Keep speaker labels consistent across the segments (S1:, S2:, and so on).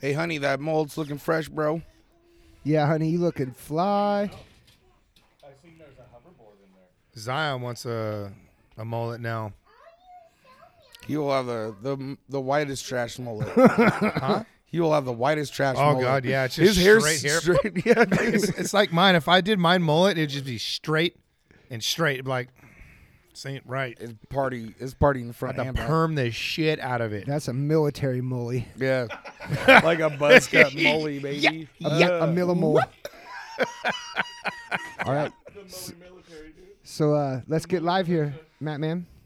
S1: Hey, honey, that mold's looking fresh, bro.
S2: Yeah, honey, you looking fly.
S3: Zion wants a a mullet now.
S1: He will have the the, the whitest trash mullet. huh? He will have the whitest trash
S3: Oh,
S1: mullet.
S3: God, yeah, it's just
S1: His hair's
S3: straight hair.
S1: straight- yeah,
S3: It's, it's like mine. If I did mine mullet, it'd just be straight and straight. Like, this ain't right.
S1: it's party. It's party in front
S3: The
S1: and back.
S3: perm the shit out of it.
S2: That's a military mully.
S1: Yeah, like a buzz cut mully, baby.
S4: Uh,
S1: Uh,
S2: A, mi- a millimole. All right. So uh, let's get live here, Matt Man.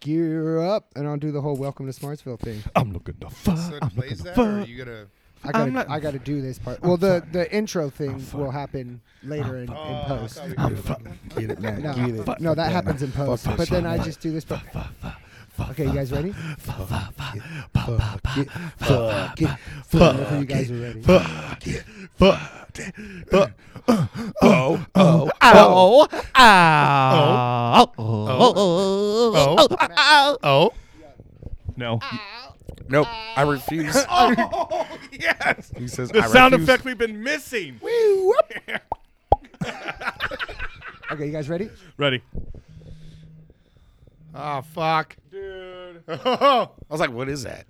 S2: Gear up, and I'll do the whole welcome to Smartsville thing.
S4: I'm looking to fuck.
S3: So
S4: I'm
S3: it
S4: looking
S3: plays
S4: to
S3: that, or
S4: fuck.
S3: you gotta.
S2: I gotta,
S4: I'm not-
S2: I gotta do this part. Well, the, the intro thing will happen later in, in
S3: Oh, I
S2: post.
S3: thought we
S4: I'm
S3: could-
S4: fucking get it, man.
S2: No,
S4: get it.
S2: no, that happens in post.
S4: fuck,
S2: but then
S4: fuck,
S2: I
S4: fuck.
S2: just do this. part. Okay, you guys ready?
S4: Fuck it. Fuck it.
S2: Whenever you
S4: Fuck
S2: guys
S4: it.
S2: are ready.
S4: Fuck it. Fuck it. Fuck.
S3: Oh, oh,
S4: Ow. Ow. oh.
S3: oh,
S4: Ow.
S3: oh.
S5: No.
S1: Nope, I refuse.
S5: Oh, yes.
S1: He says
S5: The
S1: I
S5: sound
S1: refuse.
S5: effect we've been missing.
S2: Okay, you guys ready?
S5: Ready.
S3: Oh, fuck.
S5: Dude.
S3: Oh,
S1: I was like, what is that?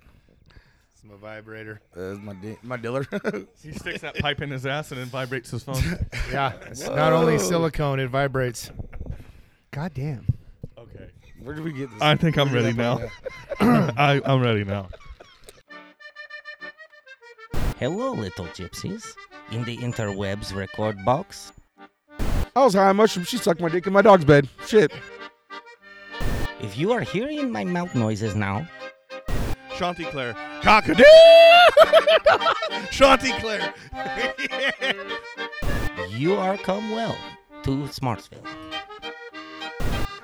S3: it's my vibrator.
S1: Uh, my di- my diller.
S5: He sticks that pipe in his ass and then vibrates his phone.
S3: Yeah, it's not only silicone; it vibrates.
S2: God damn.
S5: okay.
S1: Where did we get this?
S5: I think I'm ready now. I, I'm ready now.
S6: Hello, little gypsies. In the interwebs record box,
S1: I was high on mushroom. She sucked my dick in my dog's bed. Shit.
S6: if you are hearing my mouth noises now,
S5: Chanticleer. Cockadoo! Chanticleer.
S6: you are come well to Smartsville.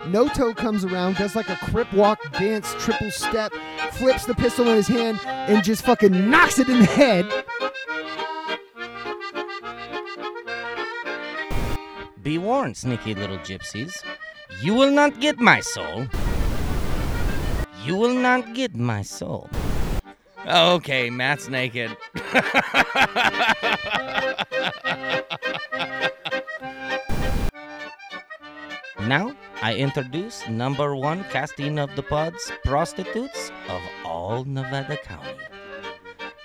S2: Noto comes around, does like a crip walk, dance, triple step, flips the pistol in his hand, and just fucking knocks it in the head.
S6: Be warned, sneaky little gypsies. You will not get my soul. You will not get my soul. Okay, Matt's naked. now, I introduce number one casting of the pods, prostitutes of all Nevada County.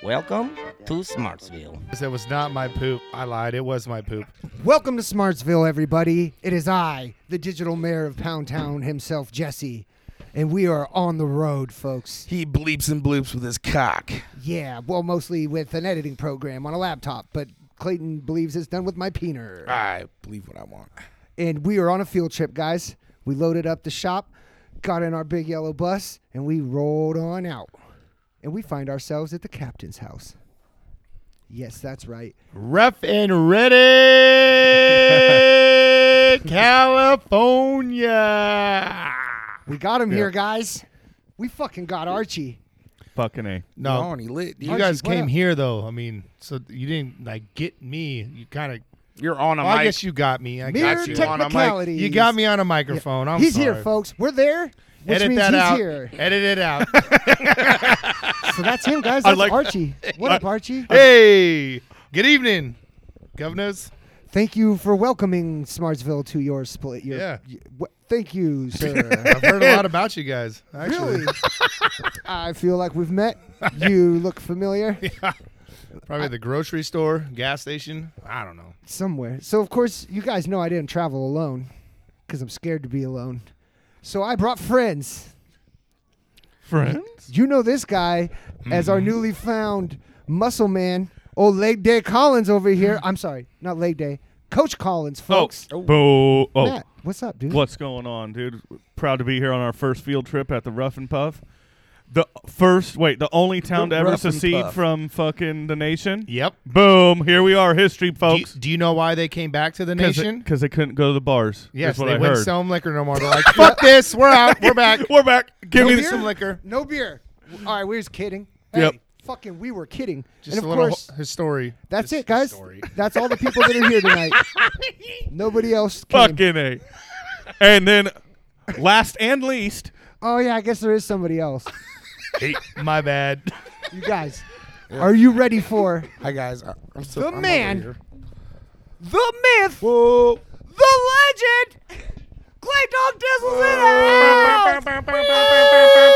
S6: Welcome to Smartsville.
S3: That was not my poop. I lied. It was my poop.
S2: Welcome to Smartsville, everybody. It is I, the digital mayor of Pound Town himself, Jesse. And we are on the road, folks.
S1: He bleeps and bloops with his cock.
S2: Yeah, well, mostly with an editing program on a laptop, but Clayton believes it's done with my peener.
S1: I believe what I want.
S2: and we were on a field trip, guys. We loaded up the shop, got in our big yellow bus, and we rolled on out. And we find ourselves at the captain's house. Yes, that's right.
S3: Rough and ready, California.
S2: We got him here, guys. We fucking got Archie.
S5: Fucking A.
S1: Oh,
S3: No,
S1: and he lit.
S3: you
S1: dude.
S3: guys
S2: what
S3: came
S2: up?
S3: here though. I mean, so you didn't like get me. You kind of.
S1: You're on a
S3: I
S1: mic.
S3: guess you got me. I
S2: Mere
S3: got you.
S1: tech- on a mic.
S2: technicalities.
S3: You got me on a microphone. I'm
S2: he's
S3: sorry.
S2: here, folks. We're there, which
S3: Edit
S2: means
S3: that
S2: he's
S3: out.
S2: here.
S3: Edit it out.
S2: So that's him, guys. That's
S5: like-
S2: Archie. What up, Archie?
S3: hey, good evening, governors.
S2: Thank you for welcoming Smartsville to your split. Your,
S3: Yeah.
S2: y- wh- thank you,
S3: I've
S2: sir.
S3: heard a lot about you guys. Actually.
S2: really? I feel like we've met. You look familiar.
S3: Probably the grocery store, gas station. I don't know.
S2: somewhere. So of course you guys know I didn't travel alone because I'm scared to be alone. So I brought friends.
S5: Friends?
S2: You know this guy as
S3: Mm-hmm.
S2: our newly found muscle man, old leg day Collins over here.
S3: Mm-hmm.
S2: I'm sorry, not leg day, Coach Collins, folks.
S5: Oh. Boo. Oh.
S2: Matt, what's up, dude?
S5: What's going on, dude? Proud to be here on our first field trip at the Rough and Puff. The first, wait, the only town
S1: The
S5: to ever
S1: Rough and
S5: secede
S1: Puff.
S5: from fucking the nation.
S3: Yep.
S5: Boom! Here we are, history,
S3: Do you,
S5: folks.
S3: do you know why they came back to the nation?
S5: Because they couldn't go to the bars.
S3: yes,
S5: is what
S3: they
S5: I
S3: wouldn't
S5: heard.
S3: sell 'em liquor no more. They're like, fuck this. We're out. We're back.
S5: We're back. Give
S3: Give
S5: me
S3: me
S5: the-
S3: some liquor.
S2: No beer. All right, we are just kidding. Hey,
S5: Yep.
S2: Fucking, we were kidding.
S3: Just
S2: and
S3: a
S2: of
S3: little
S2: course,
S3: ho- his story.
S2: that's
S3: Just
S2: it, guys.
S3: Story.
S2: That's all the people that are here tonight. Nobody else. Came.
S5: fucking a. And then, last and least,
S2: Oh yeah, I guess there is somebody else.
S3: My bad.
S2: You guys, Are you ready for
S1: Hi guys, I- I'm still
S2: The
S1: I'm over
S2: man.
S1: here.
S2: the myth,
S1: Whoa.
S2: the legend, Clay Dog Dizzle's in the house?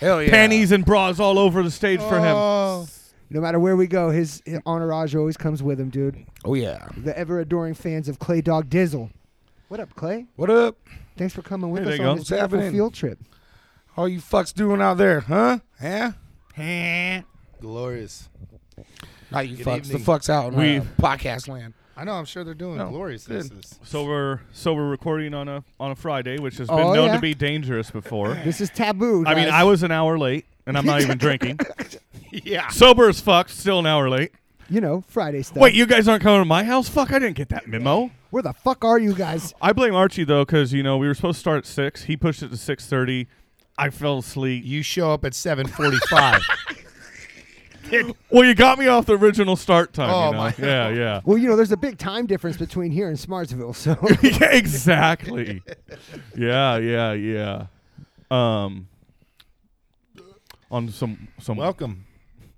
S1: Hell yeah.
S5: Panties and bras all over the stage for him.
S3: Oh.
S2: No matter where we go, his, his entourage always comes with him, dude.
S1: Oh yeah.
S2: The ever adoring fans of Clay Dog Dizzle. What up, Clay?
S1: What up?
S2: Thanks for coming with
S5: Hey,
S2: us
S5: there
S2: on
S5: you go.
S1: What's
S2: this beautiful
S1: happening?
S2: field trip.
S1: All you fucks doing out there, huh? Huh? Glorious. Not you
S3: Good
S1: fucks.
S3: evening.
S1: The fucks out in
S5: We-
S1: uh, podcast land.
S3: I know. I'm sure they're doing
S1: No,
S3: glorious
S1: good.
S3: things.
S5: So we're so we're recording on a on a Friday, which has been
S2: Oh,
S5: known
S2: yeah.
S5: to be dangerous before.
S2: This is taboo.
S5: I mean,
S2: guys.
S5: I was an hour late, and I'm not even drinking.
S3: Yeah.
S5: Sober as fuck, still an hour late.
S2: you know, Friday stuff.
S5: Wait, you guys aren't coming to my house? Fuck, I didn't get that memo.
S2: where the fuck are you guys?
S5: I blame Archie though, because you know we were supposed to start at six. He pushed it to six thirty. I fell asleep.
S3: You show up at 7:45.
S5: Well, you got me off the original start time.
S3: Oh,
S5: you know?
S3: my-
S5: Yeah, yeah.
S2: Well, you know, there's a big time difference between here and Smartsville, so
S5: yeah, exactly. yeah, yeah, yeah. Um, on some some
S3: Welcome.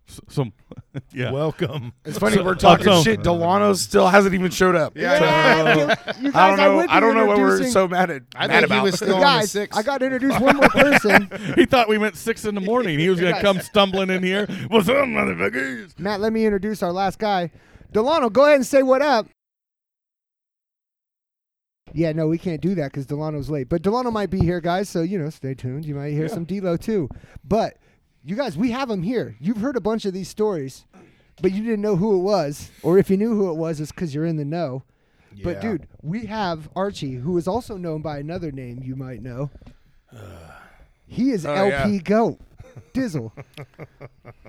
S5: s- some yeah.
S3: Welcome.
S1: It's funny we're
S5: Fuck
S1: talking
S5: zone.
S1: shit. Delano still hasn't even showed up.
S3: Yeah.
S2: you guys,
S1: I don't know.
S2: would be
S1: I, don't know what we're
S2: introducing-
S1: so mad at.
S3: I
S1: mad
S3: think he
S1: about.
S3: was still on the
S2: guys,
S3: six.
S2: I got to introduce one more person.
S5: he thought we meant six in the morning. He was gonna come stumbling in here. What's up, motherfuckers?
S2: Matt, let me introduce our last guy. Delano, go ahead and say what up. Yeah, no, we can't do that because Delano's late. But Delano might be here, guys, so you know, stay tuned. You might hear some D'Lo too. But you guys, we have him here. You've heard a bunch of these stories, but you didn't know who it was, or if you knew who it was, it's because you're in the know. But
S3: Yeah.
S2: dude, we have Archie, who is also known by another name you might know. He is
S1: Oh,
S2: LP
S1: yeah.
S2: Goat. Dizzle.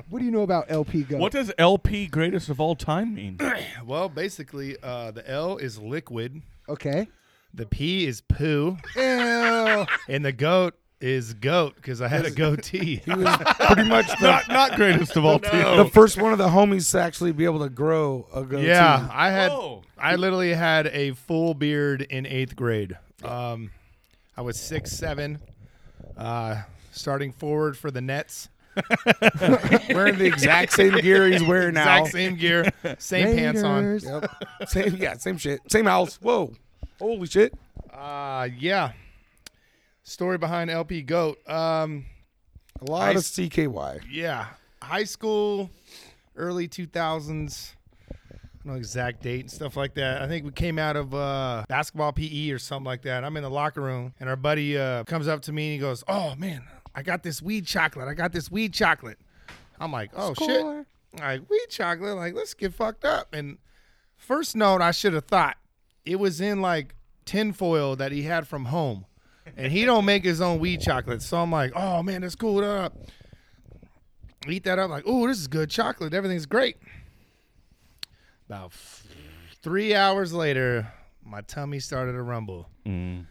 S2: what do you know about LP Goat?
S5: What does LP greatest of all time mean?
S3: Well, basically, uh, the L is liquid,
S2: Okay.
S3: the P is poo, and the goat is goat because I had a goatee.
S1: pretty much the,
S5: not not greatest of all time.
S1: the first one of the homies to actually be able to grow a goatee.
S3: yeah, I had.
S5: Whoa.
S3: I literally had a full beard in eighth grade. Um, I was six seven, uh, starting forward for the Nets.
S1: wearing the exact same gear he's wearing now.
S3: Exact same gear, same pants on.
S2: Raiders.
S1: Yep. Same, yeah, same shit, same house. Whoa, holy shit!
S3: Uh, yeah. Story behind LP Goat. Um,
S1: A lot of
S3: Nice.
S1: CKY.
S3: yeah, high school, early two thousands. No exact date and stuff like that. I think we came out of uh, basketball PE or something like that. I'm in the locker room and our buddy uh, comes up to me and he goes, "Oh man, I got this weed chocolate. I got this weed chocolate." I'm like, "Oh
S2: Score.
S3: shit!" Like weed chocolate. Like let's get fucked up. And first note I should have thought it was in like tinfoil that he had from home, and he don't make his own weed chocolate. So I'm like, "Oh man, that's cool." da, da, da." Eat that up. Like, "Oh, this is good chocolate. Everything's great." About f- three hours later, my tummy started to rumble.
S5: Mm.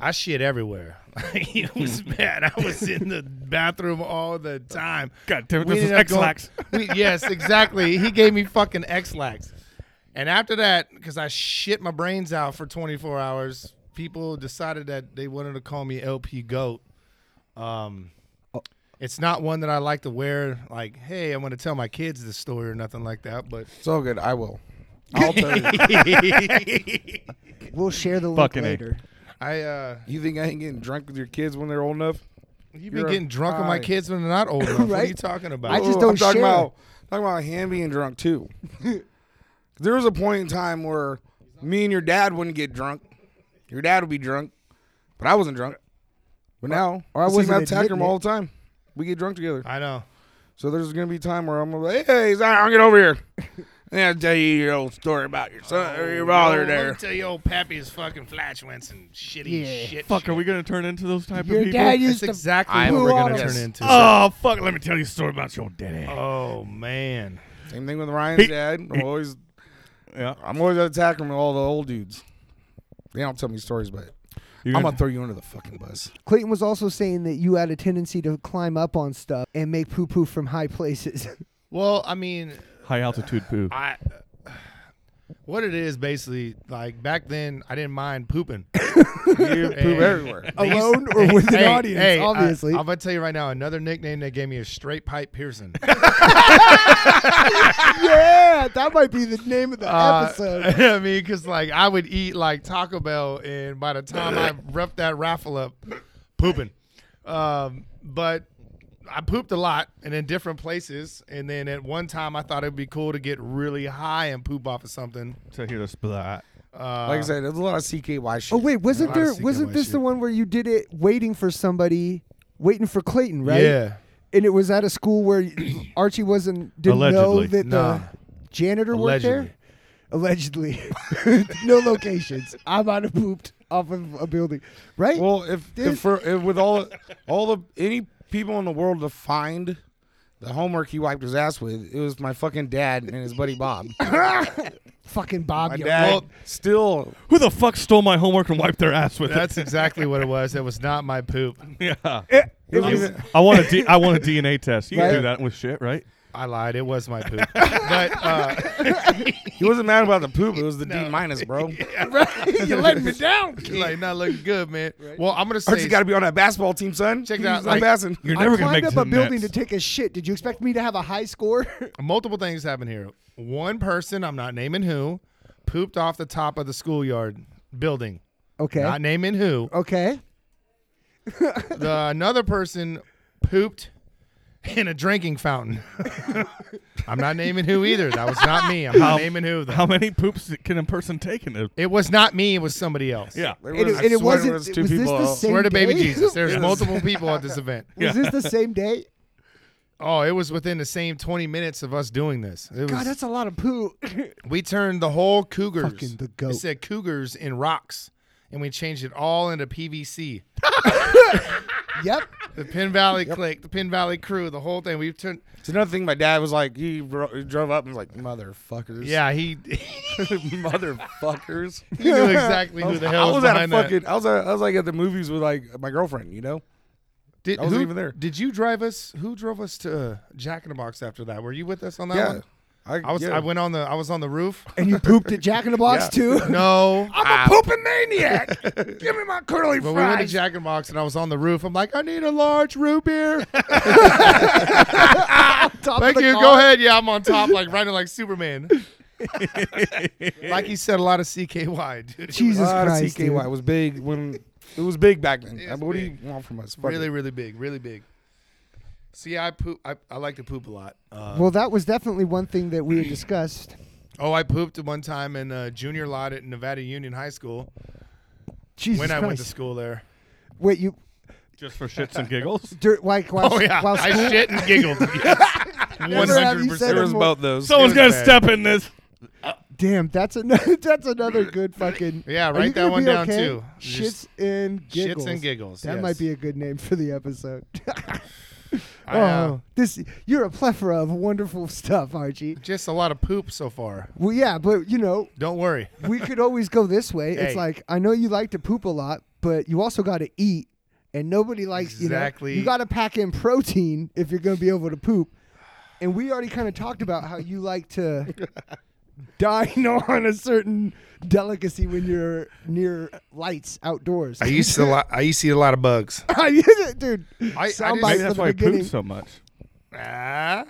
S3: I shit everywhere. it was bad. I was in the bathroom all the time.
S5: God damn it,
S3: We
S5: this is
S3: ended up
S5: X-Lax.
S3: going- we- yes, exactly. He gave me fucking X-Lax. And after that, because I shit my brains out for 24 hours, people decided that they wanted to call me LP Goat. Um,
S5: Oh.
S3: It's not one that I like to wear. Like, hey, I'm going to tell my kids this story or nothing like that. But
S1: It's all good. I will. I'll tell you.
S2: We'll share the link
S5: Fucking A.
S2: later.
S3: I, uh,
S1: You think I ain't getting drunk with your kids when they're old enough?
S3: you've
S1: You're
S3: been
S1: a
S3: getting drunk with my
S1: fry.
S3: kids when they're not old enough. What are
S2: Right?
S3: you talking about?
S2: I just
S1: Ooh,
S2: don't
S1: I'm talking
S2: share.
S1: about talking about him being drunk too. there was a point in time where me and your dad wouldn't get drunk. Your dad would be drunk, but I wasn't drunk. But now
S2: or I
S1: I was
S2: wasn't
S1: out Tackram
S2: admitting
S1: all
S2: it.
S1: the time. We get drunk together.
S3: I know.
S1: So there's gonna be a time where I'm gonna be like, hey, Zion, get over here. And I'll tell you your old story about your son or
S2: Oh,
S1: your father there.
S3: tell you, old Pappy is fucking flatulence and shitty
S2: Yeah.
S3: shit.
S5: Fuck, are we gonna turn into those type
S2: Your
S5: of people?
S2: dad used
S3: That's
S2: to.
S3: exactly
S2: I'm-
S3: what we're gonna
S2: Yes.
S3: turn into.
S5: oh fuck, let me tell you a story about your daddy.
S3: Oh man,
S1: Same thing with Ryan's
S5: He-
S1: dad. I'm always
S5: Yeah.
S1: I'm always out Tackram with all the old dudes. They don't tell me stories, but
S5: You're
S1: I'm
S5: gonna-
S1: gonna throw you under the fucking bus.
S2: Clayton was also saying that you had a tendency to climb up on stuff and make poo poo from high places.
S3: Well, I mean,
S5: High altitude poo.
S3: I What it is basically like back then, I didn't mind pooping.
S1: You poop everywhere.
S2: Alone or with an
S3: Hey,
S2: audience,
S3: hey, I-
S2: obviously.
S3: I'm gonna tell you right now, another nickname they gave me is straight pipe Pearson.
S2: yeah, that might be the name of the
S3: Uh,
S2: episode.
S3: I mean, because like I would eat like Taco Bell, and by the time I roughed that raffle up, pooping. Um, but I pooped a lot and in different places. And then at one time, I thought it'd be cool to get really high and poop off of something.
S5: To hear the splat.
S3: Uh,
S1: Like I said, there's a lot of CKY shit.
S2: Oh wait, wasn't
S3: I was
S2: there?
S3: thinking
S2: Wasn't
S3: about
S2: this
S3: you.
S2: the one where you did it waiting for somebody, waiting for Clayton, right?
S3: yeah,
S2: And it was at a school where Archie wasn't didn't know
S5: Allegedly.
S2: that
S3: Nah.
S2: the janitor worked there. Allegedly, no locations. I might have pooped off of a building, right?
S1: Well, if, if, for, if with all all the any people in the world to find the homework he wiped his ass with, it was my fucking dad and his buddy Bob.
S2: Fucking Bob,
S1: My
S2: you
S1: dad
S2: old-
S1: still
S5: Who the fuck stole my homework and wiped their ass with
S3: that's exactly what it was. It was not my poop.
S5: it? Yeah.
S1: it
S5: I-
S1: was even-
S5: I want a D, I want a DNA test. You
S2: Right.
S5: can do that with shit, Eh. right?
S3: I lied. It was my poop. but uh,
S1: he wasn't mad about the poop. It was the D minus, bro.
S2: you let me down.
S3: like not looking good, man. Well, I'm gonna say
S1: Archie got to be on that basketball team, son.
S3: Check it out,
S1: He's
S3: like-
S1: Not passing.
S5: You're
S2: I
S5: never gonna
S2: climbed
S5: make it
S2: up
S5: to
S2: a
S5: the
S2: building
S5: Nets.
S2: to take a shit. Did you expect me to have a high score?
S3: multiple things happened here. One person, I'm not naming who, pooped off the top of the schoolyard building.
S2: okay.
S3: Not naming who.
S2: okay.
S3: The, another person pooped in a drinking fountain. I'm not naming who either. That was not me. I'm
S5: How-
S3: not naming who.
S5: How
S3: Though.
S5: many poops can a person take in a
S3: It was not me. It was somebody else.
S5: yeah?
S1: There
S2: And it,
S1: was- I
S2: and it
S1: swear
S2: wasn't.
S1: there
S2: Was,
S1: was two
S2: this
S1: people.
S2: the same
S3: Swear to baby
S2: day?
S3: Jesus. There's
S1: Yes.
S3: multiple people at this event.
S5: Yeah.
S2: Was this the same day?
S3: Oh, it was within the same 20 minutes of us doing this. It was,
S2: God, that's a lot of poo.
S3: We turned the whole Cougars.
S2: Fucking the goat.
S3: It said Cougars in rocks, and we changed it all into PVC.
S2: yep.
S3: The Pin Valley Click, the Pin Valley Crew, the whole thing. We've turned.
S1: It's another thing. My dad was like, he, ro- he drove up and was like, motherfuckers.
S3: Yeah, he
S1: motherfuckers.
S3: he knew exactly who the hell
S1: I
S3: was,
S1: was at a
S3: behind that.
S1: fucking. I was at, I was like at the movies with like my girlfriend. You know,
S3: Did,
S1: I wasn't
S3: who-
S1: even there.
S3: Did you drive us? Who drove us to uh, Jack in the Box after that? Were you with us on that one? I was.
S1: yeah.
S3: I went on the. I was on the roof.
S2: And you pooped at Jack in the Box
S1: Yeah.
S2: too.
S3: No. Ah,
S1: I'm a pooping maniac. Give me my curly
S3: When we went to
S1: fries.
S3: Jack in the Box and I was on the roof, I'm like, I need a large root beer.
S2: Top of
S3: Thank
S2: the
S3: you.
S2: car.
S3: Go ahead. Yeah, I'm on top, like riding like Superman. like he said, a lot of CKY, dude.
S1: A
S2: Jesus
S1: lot of
S2: Christ,
S1: CKY
S2: dude.
S1: was big when it was big back then.
S3: It
S1: I
S3: was
S1: mean, what
S3: big.
S1: do you want from us? Fuck
S3: really,
S1: it.
S3: really big, really big. See, I poop. I, I like to poop a lot. Uh,
S2: Well, that was definitely one thing that we had discussed.
S3: oh, I pooped one time in a junior lot at Nevada Union High School
S2: Jesus
S3: when I
S2: Christ.
S3: went to school there.
S2: Wait, you
S5: Just for shits and giggles.
S2: dirt like while,
S3: Oh yeah,
S2: while
S3: I
S2: school-
S3: shit and giggled. One
S2: Never have
S3: hundred
S2: you said
S1: There
S2: it
S1: was
S2: more-
S3: percent.
S1: both those.
S5: Someone's
S3: It was
S5: gonna
S3: bad.
S5: step in this.
S2: Damn, that's another that's another good fucking.
S3: Yeah,
S2: Are
S3: write
S2: you
S3: that
S2: gonna
S3: one
S2: be
S3: down,
S2: okay?
S3: too.
S2: Shits
S3: Just-
S2: and giggles.
S3: Shits and giggles.
S2: That
S3: yes.
S2: might be a good name for the episode.
S3: I,
S2: oh,
S3: uh,
S2: this you're a plethora of wonderful stuff, Archie.
S3: just a lot of poop so far.
S2: Well, yeah, but you know,
S3: Don't worry.
S2: we could always go this way. It's
S3: Hey.
S2: like I know you like to poop a lot, but you also got to eat, and nobody likes You,
S3: Exactly.
S2: know, you got to pack in protein if you're going to be able to poop. And we already kind of talked about how you like to dine on a certain delicacy when you're near lights outdoors.
S3: I used to. Lot, I used to eat a lot of bugs.
S2: dude.
S3: I,
S2: Soundbite Right from
S3: I just,
S5: Maybe that's
S2: the
S5: why he
S2: beginning.
S5: poops so much.
S3: ah,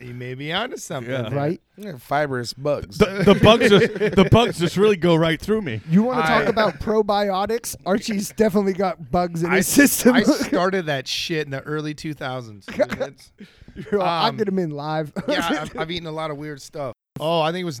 S3: you may be onto something.
S5: Yeah.
S3: there.
S2: Right?
S1: Yeah, fibrous bugs.
S5: The, the bugs just the bugs just really go right through me.
S2: You want to talk
S3: I-
S2: about probiotics? Archie's definitely got bugs in
S3: I,
S2: his system.
S3: I started that shit in the early 2000s. dude. That's-
S2: You're all, I'll
S3: um,
S2: get him in live.
S3: yeah, I've, I've eaten a lot of weird stuff. Oh, I think it was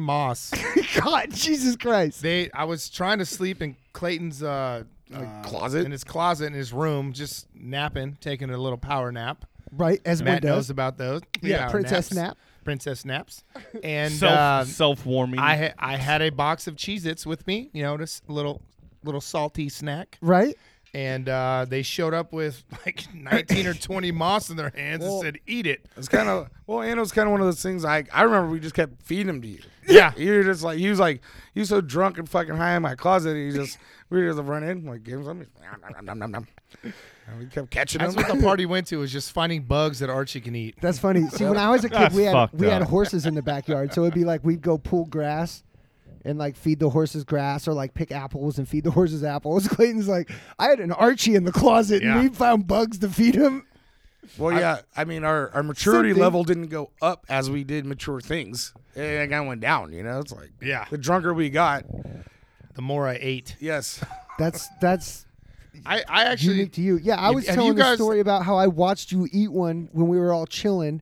S3: moss.
S2: God, Jesus Christ.
S3: They, I was trying to sleep in Clayton's uh, uh,
S1: closet?
S3: in his closet in his room, just napping, taking a little power nap.
S2: Right, as
S3: Matt
S2: one
S3: knows
S2: does.
S3: about those.
S2: Yeah,
S3: Power
S2: princess
S3: naps.
S2: nap.
S3: Princess naps. And
S5: Self
S3: uh,
S5: self warming.
S3: I, ha- I had a box of Cheez-Its with me. You know, just a little, little salty snack.
S2: Right?
S3: and uh, they showed up with like 19 or 20 moss in their hands
S1: Well-
S3: and said, "Eat it."
S1: It's kind of well, and it was kind of one of those things. Like I remember, we just kept feeding him to you.
S3: Yeah.
S1: you're just like he was like he was so drunk and fucking high in my closet. He just we just run in like give him something. Nom, nom, nom, nom, nom. And we kept catching
S3: That's
S1: them.
S3: what the party went to was just finding bugs that Archie can eat.
S2: That's funny. See, when I was a kid,
S5: That's
S2: we had
S5: fucked
S2: we had
S5: up.
S2: horses in the backyard, so it'd be like we'd go pull grass and like feed the horses grass, or like pick apples and feed the horses apples. Clayton's like, I had an Archie in the closet,
S3: Yeah.
S2: and we found bugs to feed him.
S1: well, yeah. I mean, our, our maturity
S2: Something-
S1: level didn't go up as we did mature things. It kind of went down, you know? It's like,
S3: Yeah.
S1: The drunker we got,
S3: The more I ate,
S1: yes.
S2: That's that's
S3: I, I actually
S2: unique to you. Yeah, I
S3: Have-
S2: was
S3: have you
S2: telling the
S3: guys-
S2: story about how I watched you eat one when we were all chilling,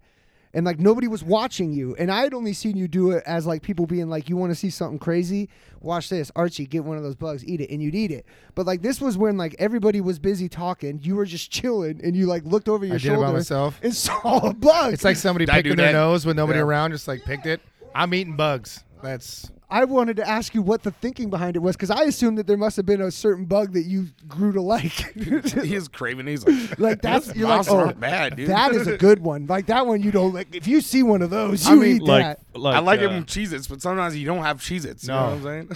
S2: and like nobody was watching you, and I had only seen you do it as like people being like, "You want to see something crazy? Watch this, Archie. Get one of those bugs, eat it, and you'd eat it." But like this was when like everybody was busy talking, you were just chilling, and you like looked over your
S3: I did it
S2: shoulder
S3: by myself.
S2: and saw a bug.
S3: It's like somebody
S1: I do
S3: picking their
S1: that.
S3: nose with nobody
S1: Yeah.
S3: around, just like picked it. I'm eating bugs. That's
S2: I wanted to ask you what the thinking behind it was because I assumed that there must have been a certain bug that you grew to like.
S1: He's craving. He's like,
S2: Like that's
S1: Those
S2: you're like
S1: mice
S2: oh
S1: aren't bad, dude."
S2: that is a good one. Like that one you don't like. If you see one of those, you
S5: I mean,
S2: eat
S5: like,
S2: that.
S5: like
S1: I like
S5: uh,
S1: it when Cheez Its, but sometimes you don't have Cheez Its.
S3: No.
S1: You know what I'm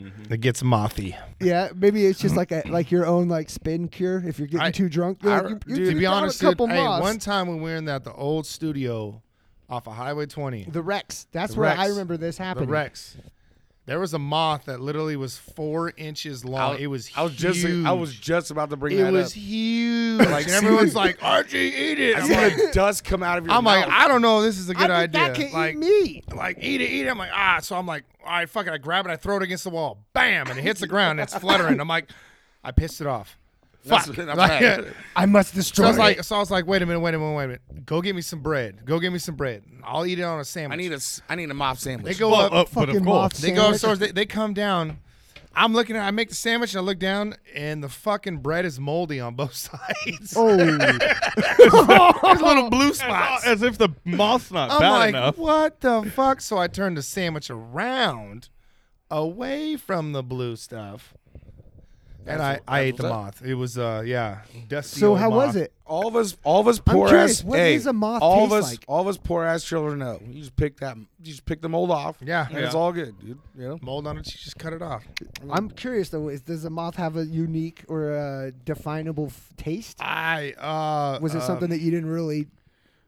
S1: saying?
S3: it gets mothy.
S2: Yeah, maybe it's just like a like your own like spin cure. If you're getting
S3: I-
S2: too drunk, you're
S1: I-
S2: like, you, you
S1: dude,
S2: took
S3: to be
S2: down
S3: honest,
S2: a
S3: dude,
S2: couple
S3: hey,
S2: moths.
S3: one time when we were in that the old studio off of Highway 20,
S2: the Rex. That's
S3: The
S2: where
S3: Rex.
S2: I remember this
S3: the
S2: happening.
S3: Rex, there was a moth that literally was four inches long. it was
S1: I was
S3: huge.
S1: just I was just about to bring
S3: it
S1: that
S3: was
S1: up.
S3: huge. Like everyone's like, Archie, eat it.
S1: I
S3: I'm
S1: see
S3: like,
S1: the dust come out of your
S3: I'm like,
S1: mouth.
S3: I don't know. This is a
S2: I
S3: good
S2: think
S3: idea.
S2: that can
S3: like,
S2: eat me.
S3: like eat it, eat it. I'm like, ah. So I'm like, all right, fuck it. I grab it, I throw it against the wall, bam, and it hits the ground. It's fluttering. I'm like, I pissed it off.
S1: That's-
S3: Fuck.
S1: that's
S3: Like,
S1: bad.
S2: I must
S3: so
S2: destroy.
S3: I was
S2: it.
S3: like, so I was like, wait a minute, wait a minute, wait a minute. Go get me some bread. Go get me some bread. I'll eat it on a sandwich.
S1: I need a s- I need a mop
S3: They
S1: sandwich.
S3: go
S5: well,
S3: up.
S5: uh, but
S2: fucking
S5: of
S2: moth
S5: course,
S3: They go
S2: sandwich.
S3: upstairs. They, they come down. I'm looking at. I make the sandwich. and I look down, and the fucking bread is moldy on both sides.
S2: Oh,
S3: There's little blue
S5: Uh,
S3: spots.
S5: as if the moth's not
S3: I'm
S5: bad
S3: like,
S5: enough.
S3: what the fuck? So I turned the sandwich around, away from the blue stuff, and I, I ate the
S1: what's
S3: moth. It was uh yeah, dusty.
S2: so
S3: old
S2: how was
S3: moth.
S2: it?
S1: all of us, all of us poor
S2: curious,
S1: ass.
S2: what
S1: hey,
S2: does a moth
S1: all of
S2: taste
S1: us,
S2: like?
S1: all of us poor ass children know. You just pick that, you just pick the mold off.
S3: Yeah.
S1: and it's
S5: Yeah.
S1: all good, dude. You know,
S3: Mold on it. She just cut it off.
S2: I'm curious though. Is, does a moth have a unique or a definable f- taste?
S3: I uh
S2: Was it
S3: uh,
S2: something that you didn't really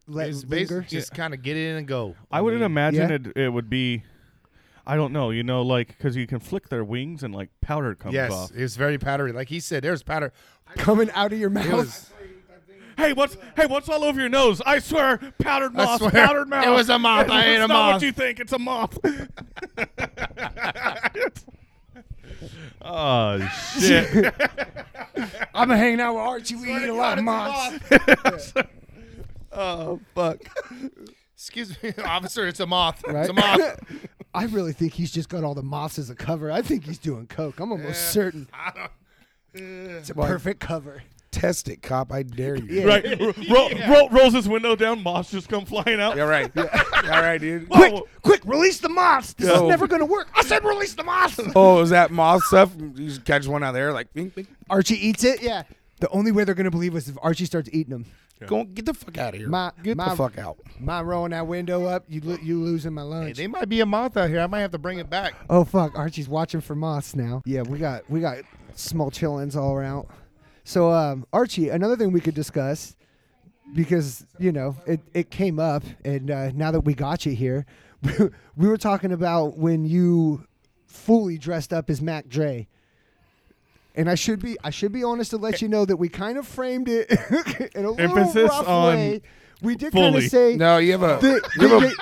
S2: let
S3: it's basi-
S2: linger?
S3: Just kind of get in and go.
S5: I wouldn't
S3: mean,
S5: imagine
S2: Yeah.
S5: it. It would be. I don't know. You know, like because you can flick their wings and like powder comes
S3: Yes,
S5: off.
S3: it was very powdery. Like he said, there's powder.
S2: Coming out of your mouth.
S3: It was.
S5: Hey, what's hey, what's all over your nose? I swear, powdered
S3: I
S5: moth,
S3: swear.
S5: powdered moth.
S3: It was a moth. I ate
S5: It's
S3: a
S5: not
S3: moth.
S5: what you think. It's a moth. oh shit!
S2: I'm hanging out with Archie. We eat a lot of moths.
S5: oh fuck!
S3: Excuse me, officer. It's a moth. It's
S2: Right?
S3: a moth.
S2: I really think he's just got all the moths as a cover. I think he's doing coke. I'm almost certain. It's a perfect cover.
S1: test it, cop. I dare you.
S2: Yeah.
S5: Right, ro- ro- ro- rolls his window down. Moths just come flying out.
S1: All right, all right, dude.
S5: Quick!
S2: Quick, release the moths. This
S1: Yo.
S2: is never going to work. I said release the moths.
S1: Oh, is that moth stuff? You just catch one out there, like, bing, bing.
S2: Archie eats it. Yeah. The only way they're going to believe us is if Archie starts eating them.
S1: go get the fuck out of here.
S2: My-
S1: get
S2: my-
S1: the fuck out.
S2: My rolling that window up, you lo- you losing my lunch.
S3: Hey, they might be a moth out here. I might have to bring it back.
S2: Oh fuck, Archie's watching for moths now. Yeah, we got we got small chillins all around. So um, Archie, another thing we could discuss because you know it it came up, and uh, now that we got you here, we were talking about when you fully dressed up as Mac Dre. And I should be I should be honest to let you know that we kind of framed it in a little
S5: Eh. Emphasis
S2: rough
S5: on
S2: way. We did kind of
S5: fully.
S2: say
S1: No, you have a.
S2: that-
S1: you have a
S2: that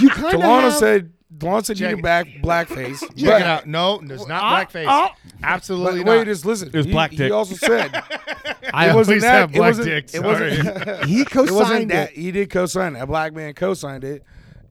S2: you kind of
S1: Delano
S2: have,
S1: said. Delano said you
S3: Check
S1: do
S3: it.
S1: back blackface.
S3: Check
S1: but-
S3: it out. No, there's not blackface.
S1: But
S3: Absolutely
S1: wait,
S3: not.
S1: just listen.
S5: was
S1: he,
S5: black
S1: He
S5: dick.
S1: also said
S3: I
S1: it wasn't
S3: always
S1: that.
S3: have
S1: it
S3: black
S1: wasn't,
S3: dick.
S1: It wasn't,
S3: Sorry.
S2: he
S1: it wasn't
S2: co-signed it.
S1: that he did co-sign it. A black man co-signed it,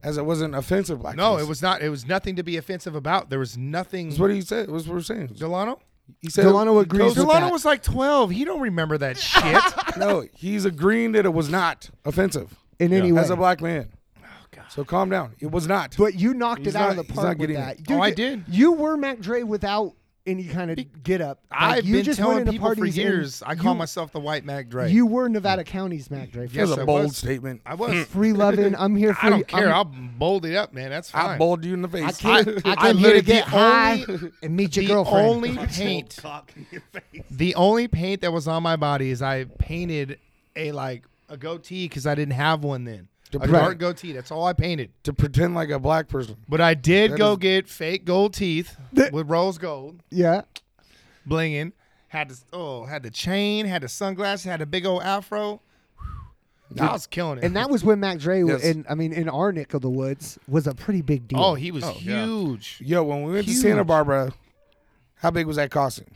S1: as it wasn't offensive. Black.
S3: no, it was not. It was nothing to be offensive about. There was nothing.
S1: That's what he said. That's what we're saying.
S3: Delano?
S1: He said
S2: Delano agrees with
S3: Delano
S2: that.
S3: was like 12. He don't remember that shit.
S1: No, he's agreeing that it was not offensive
S2: in any way.
S1: as a black man.
S3: Oh,
S1: So calm down. It was not.
S2: But you knocked
S1: He's
S2: it out
S1: not-
S2: of the
S1: he's
S2: park
S1: not
S2: with
S1: getting
S2: that.
S1: it.
S3: Oh, I did.
S2: You were Mac Dre without any kind of get up. Like,
S3: I've
S2: you
S3: been
S2: just went
S3: telling
S2: into
S3: people for
S2: parties and
S3: years. I call
S2: you-
S3: myself the White Mac Dre.
S2: You were Nevada County's Mac Dre.
S1: That
S3: Yes,
S1: was
S3: I
S1: a bold
S3: was.
S1: statement.
S3: I was.
S2: Free loving. I'm here for
S3: I
S2: you.
S3: don't care.
S2: I'm-
S3: I'll bold it up, man. That's fine.
S1: I bowled you in the face.
S2: I came, I, came here
S3: I
S2: to
S3: literally-
S2: get
S3: the
S2: high
S3: only-
S2: and meet your
S3: the
S2: girlfriend.
S3: only paint, the only paint that was on my body is I painted a like a goatee because I didn't have one then. A
S1: Right.
S3: dark goatee. That's all I painted.
S1: to pretend like a black person.
S3: But I did
S1: That
S3: go
S1: is-
S3: get fake gold teeth with rose gold
S2: yeah.
S3: blinging. Had the oh, had the chain, had the sunglasses, had a big old afro. Whew. I was killing it.
S2: And that was when Mac Dre, was,
S1: Yes.
S2: in, I mean, in our nick of the woods, was a pretty big deal.
S3: oh, he was
S5: yeah.
S3: huge.
S1: Yo, when we went to
S3: Huge.
S1: Santa Barbara, how big was that costume?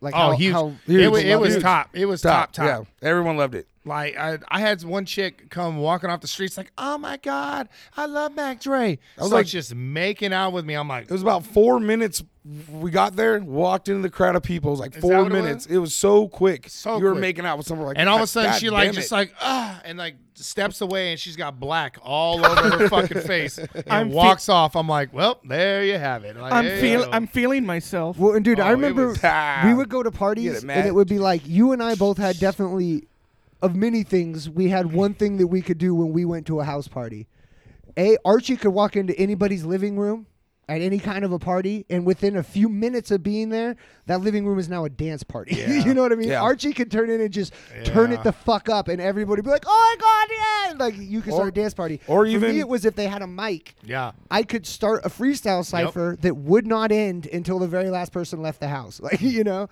S2: like
S3: Oh,
S2: how,
S3: huge.
S2: how-
S3: it was, it was
S1: Huge.
S3: top. It was top, top.
S1: Yeah, everyone loved it.
S3: Like I, I had one chick come walking off the streets like, "Oh my god, I love Mac Dre." I
S1: was
S3: was
S1: like-
S3: like, just making out with me. I'm like,
S1: It was about four minutes. We got there, walked into the crowd of people. It was like
S3: Is that
S1: four
S3: what it
S1: minutes. It was? so quick.
S3: So
S1: you were
S3: quick.
S1: making out with someone like,
S3: and all of a
S1: "God
S3: sudden she like
S1: damn
S3: just
S1: it."
S3: like ah, and like steps away, and she's got black all over her fucking face, and
S5: I'm fe-
S3: walks off. I'm like, well, there you have it. Like, there
S5: I'm
S3: you
S5: feel
S3: go.
S5: I'm feeling myself.
S2: Well, and dude,
S3: Oh,
S2: I
S3: it
S2: remember
S3: was-
S2: we would go to parties,
S1: it,
S2: and
S1: Matt.
S2: it would be like you and I both had definitely, of many things, we had one thing that we could do when we went to a house party. A Archie could walk into anybody's living room at any kind of a party, and within a few minutes of being there, that living room is now a dance party. you know what I mean?
S1: Yeah.
S2: Archie could turn in and just turn it
S3: Yeah.
S2: the fuck up, and everybody would be like, "Oh my god, yeah!" And, like you could start
S1: Or-
S2: a dance party.
S1: or
S2: For
S1: even-
S2: me, it was if they had a mic.
S3: yeah.
S2: I could start a freestyle cipher that would not end until the very last person left the house. Like, you know?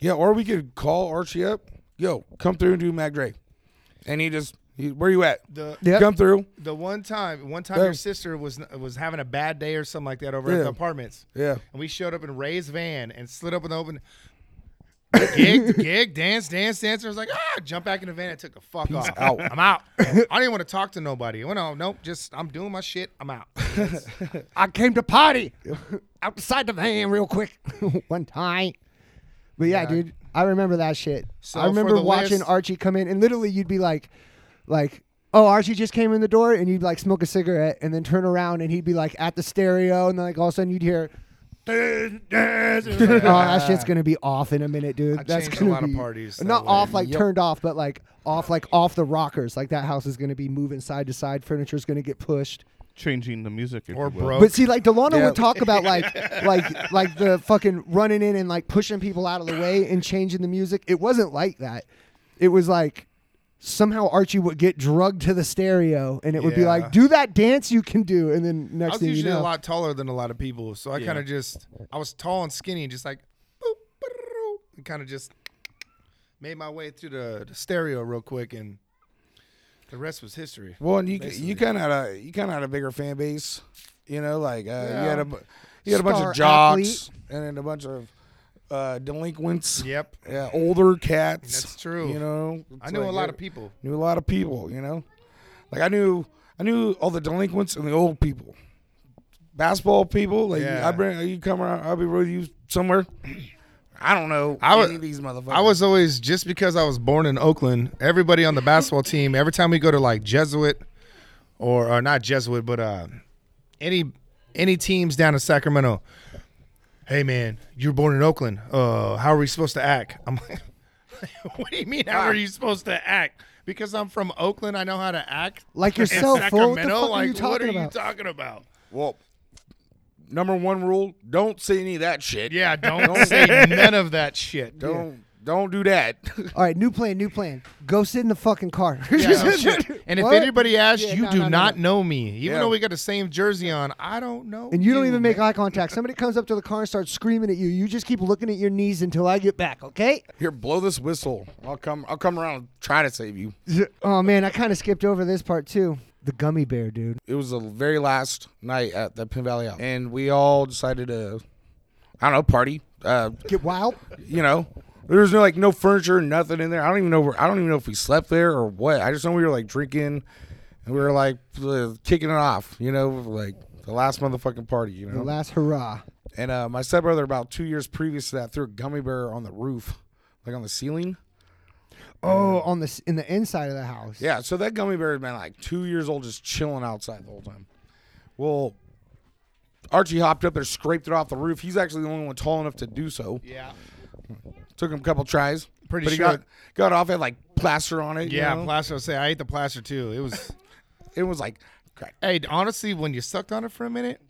S1: yeah, or we could call Archie up. Yo, come through and do Mac Dre, and he just, he, where you at?
S3: The,
S2: Yep.
S1: Come through.
S3: the one time, one time
S1: Yeah.
S3: your sister was was having a bad day or something like that over
S1: Yeah.
S3: at the apartments.
S1: Yeah.
S3: And we showed up in Ray's van and slid up an open gig, gig, dance, dance, dance. I was like, ah, jump back in the van and took the fuck off.
S1: out.
S3: I'm out. I didn't want to talk to nobody. Well, no, nope. Just I'm doing my shit. I'm out.
S2: I came to party outside the van real quick one time. But yeah,
S3: Yeah.
S2: dude, I remember that shit.
S3: So
S2: I
S3: for
S2: remember
S3: the
S2: watching
S3: last-
S2: Archie come in, and literally you'd be like, like, oh, Archie just came in the door, and you'd like smoke a cigarette, and then turn around, and he'd be like at the stereo, and then like all of a sudden you'd hear, oh, that shit's gonna be off in a minute, dude.
S3: I
S2: That's
S3: changed a
S2: gonna
S3: lot of
S2: be
S3: parties that
S2: Not
S3: way.
S2: off like turned off, but like off like off the rockers. Like that house is gonna be moving side to side. Furniture's gonna get pushed.
S5: Changing the music. if
S3: Or
S5: you will.
S3: broke.
S2: But see, like Delano
S1: Yeah.
S2: would talk about like like like the fucking running in and like pushing people out of the way and changing the music. It wasn't like that. It was like somehow Archie would get drugged to the stereo and it would be
S3: Yeah.
S2: like, do that dance you can do, and then
S3: I
S2: next
S3: was
S2: thing you
S3: usually
S2: know,
S3: a lot taller than a lot of people, so I kind of just I was tall and skinny, and just like boop, brrrr, and kind of just made my way through the, the stereo real quick, and the rest was history.
S1: Well, and you
S3: Basically.
S1: you kind of had a you kind of had a bigger fan base, you know, like uh, you had a bu- you had a bunch
S2: Star
S1: of jocks
S2: athlete.
S1: and then a bunch of uh, delinquents.
S3: Yep,
S1: Yeah, older cats.
S3: That's true.
S1: You know,
S3: I
S1: It's
S3: knew
S1: like,
S3: a
S1: uh,
S3: lot of people.
S1: Knew a lot of people. You know, like I knew I knew all the delinquents and the old people, basketball people. Like
S3: Yeah.
S1: I bring you come around, I'll be with you somewhere. I don't know
S3: I wa-
S1: any of these motherfuckers.
S3: I was always just because I was born in Oakland. Everybody on the basketball team. Every time we go to like Jesuit, or, or not Jesuit, but uh, any any teams down in Sacramento. Hey man, you're born in Oakland. Uh, how are we supposed to act? I'm like, what do you mean? How are you supposed to act? Because I'm from Oakland, I know how to act.
S2: like
S3: In
S2: yourself, fool. What the
S3: Sacramento,
S2: fuck are
S3: like
S2: you
S3: what
S2: talking
S3: are
S2: about?
S3: you talking about?
S1: well. Number one rule: don't say any of that shit.
S3: Yeah, don't say none of that shit.
S1: Don't don't do that.
S2: All right, new plan, new plan. Go sit in the fucking car.
S3: Yeah, no shit. and if
S2: Oh, What?
S3: anybody asks,
S2: Yeah,
S3: you
S2: no,
S3: do
S2: no, no,
S3: not
S2: no.
S3: know me. Even
S1: Yeah.
S3: though we got the same jersey on, I don't know.
S2: And you don't even make eye contact. Somebody comes up to the car and starts screaming at you. You just keep looking at your knees until I get back, okay?
S1: Here, blow this whistle. I'll come. I'll come around and try to save you.
S2: Oh man, I kind of skipped over this part too. The gummy bear, dude.
S1: It was the very last night at the Pin Valley Out, and we all decided to, I don't know, party. Uh,
S2: Get wild.
S1: you know, there was no like no furniture, nothing in there. I don't even know. Where, I don't even know if we slept there or what. I just know we were like drinking, and we were like uh, kicking it off. You know, like the last motherfucking party. You
S2: The
S1: know,
S2: last hurrah.
S1: and uh, my stepbrother about two years previous to that threw a gummy bear on the roof, like on the ceiling.
S2: Oh, on the s- in the inside of the house.
S1: Yeah, so that gummy bear had been like two years old, just chilling outside the whole time. Well, Archie hopped up there, scraped it off the roof. He's actually the only one tall enough to do so.
S3: Yeah.
S1: Took him a couple tries.
S3: Pretty
S1: but he
S3: sure-
S1: got, got off had like plaster on it. you
S3: Yeah,
S1: know?
S3: plaster. I say I ate the plaster too. It was.
S1: it was like crack.
S3: hey, honestly, when you sucked on it for a minute,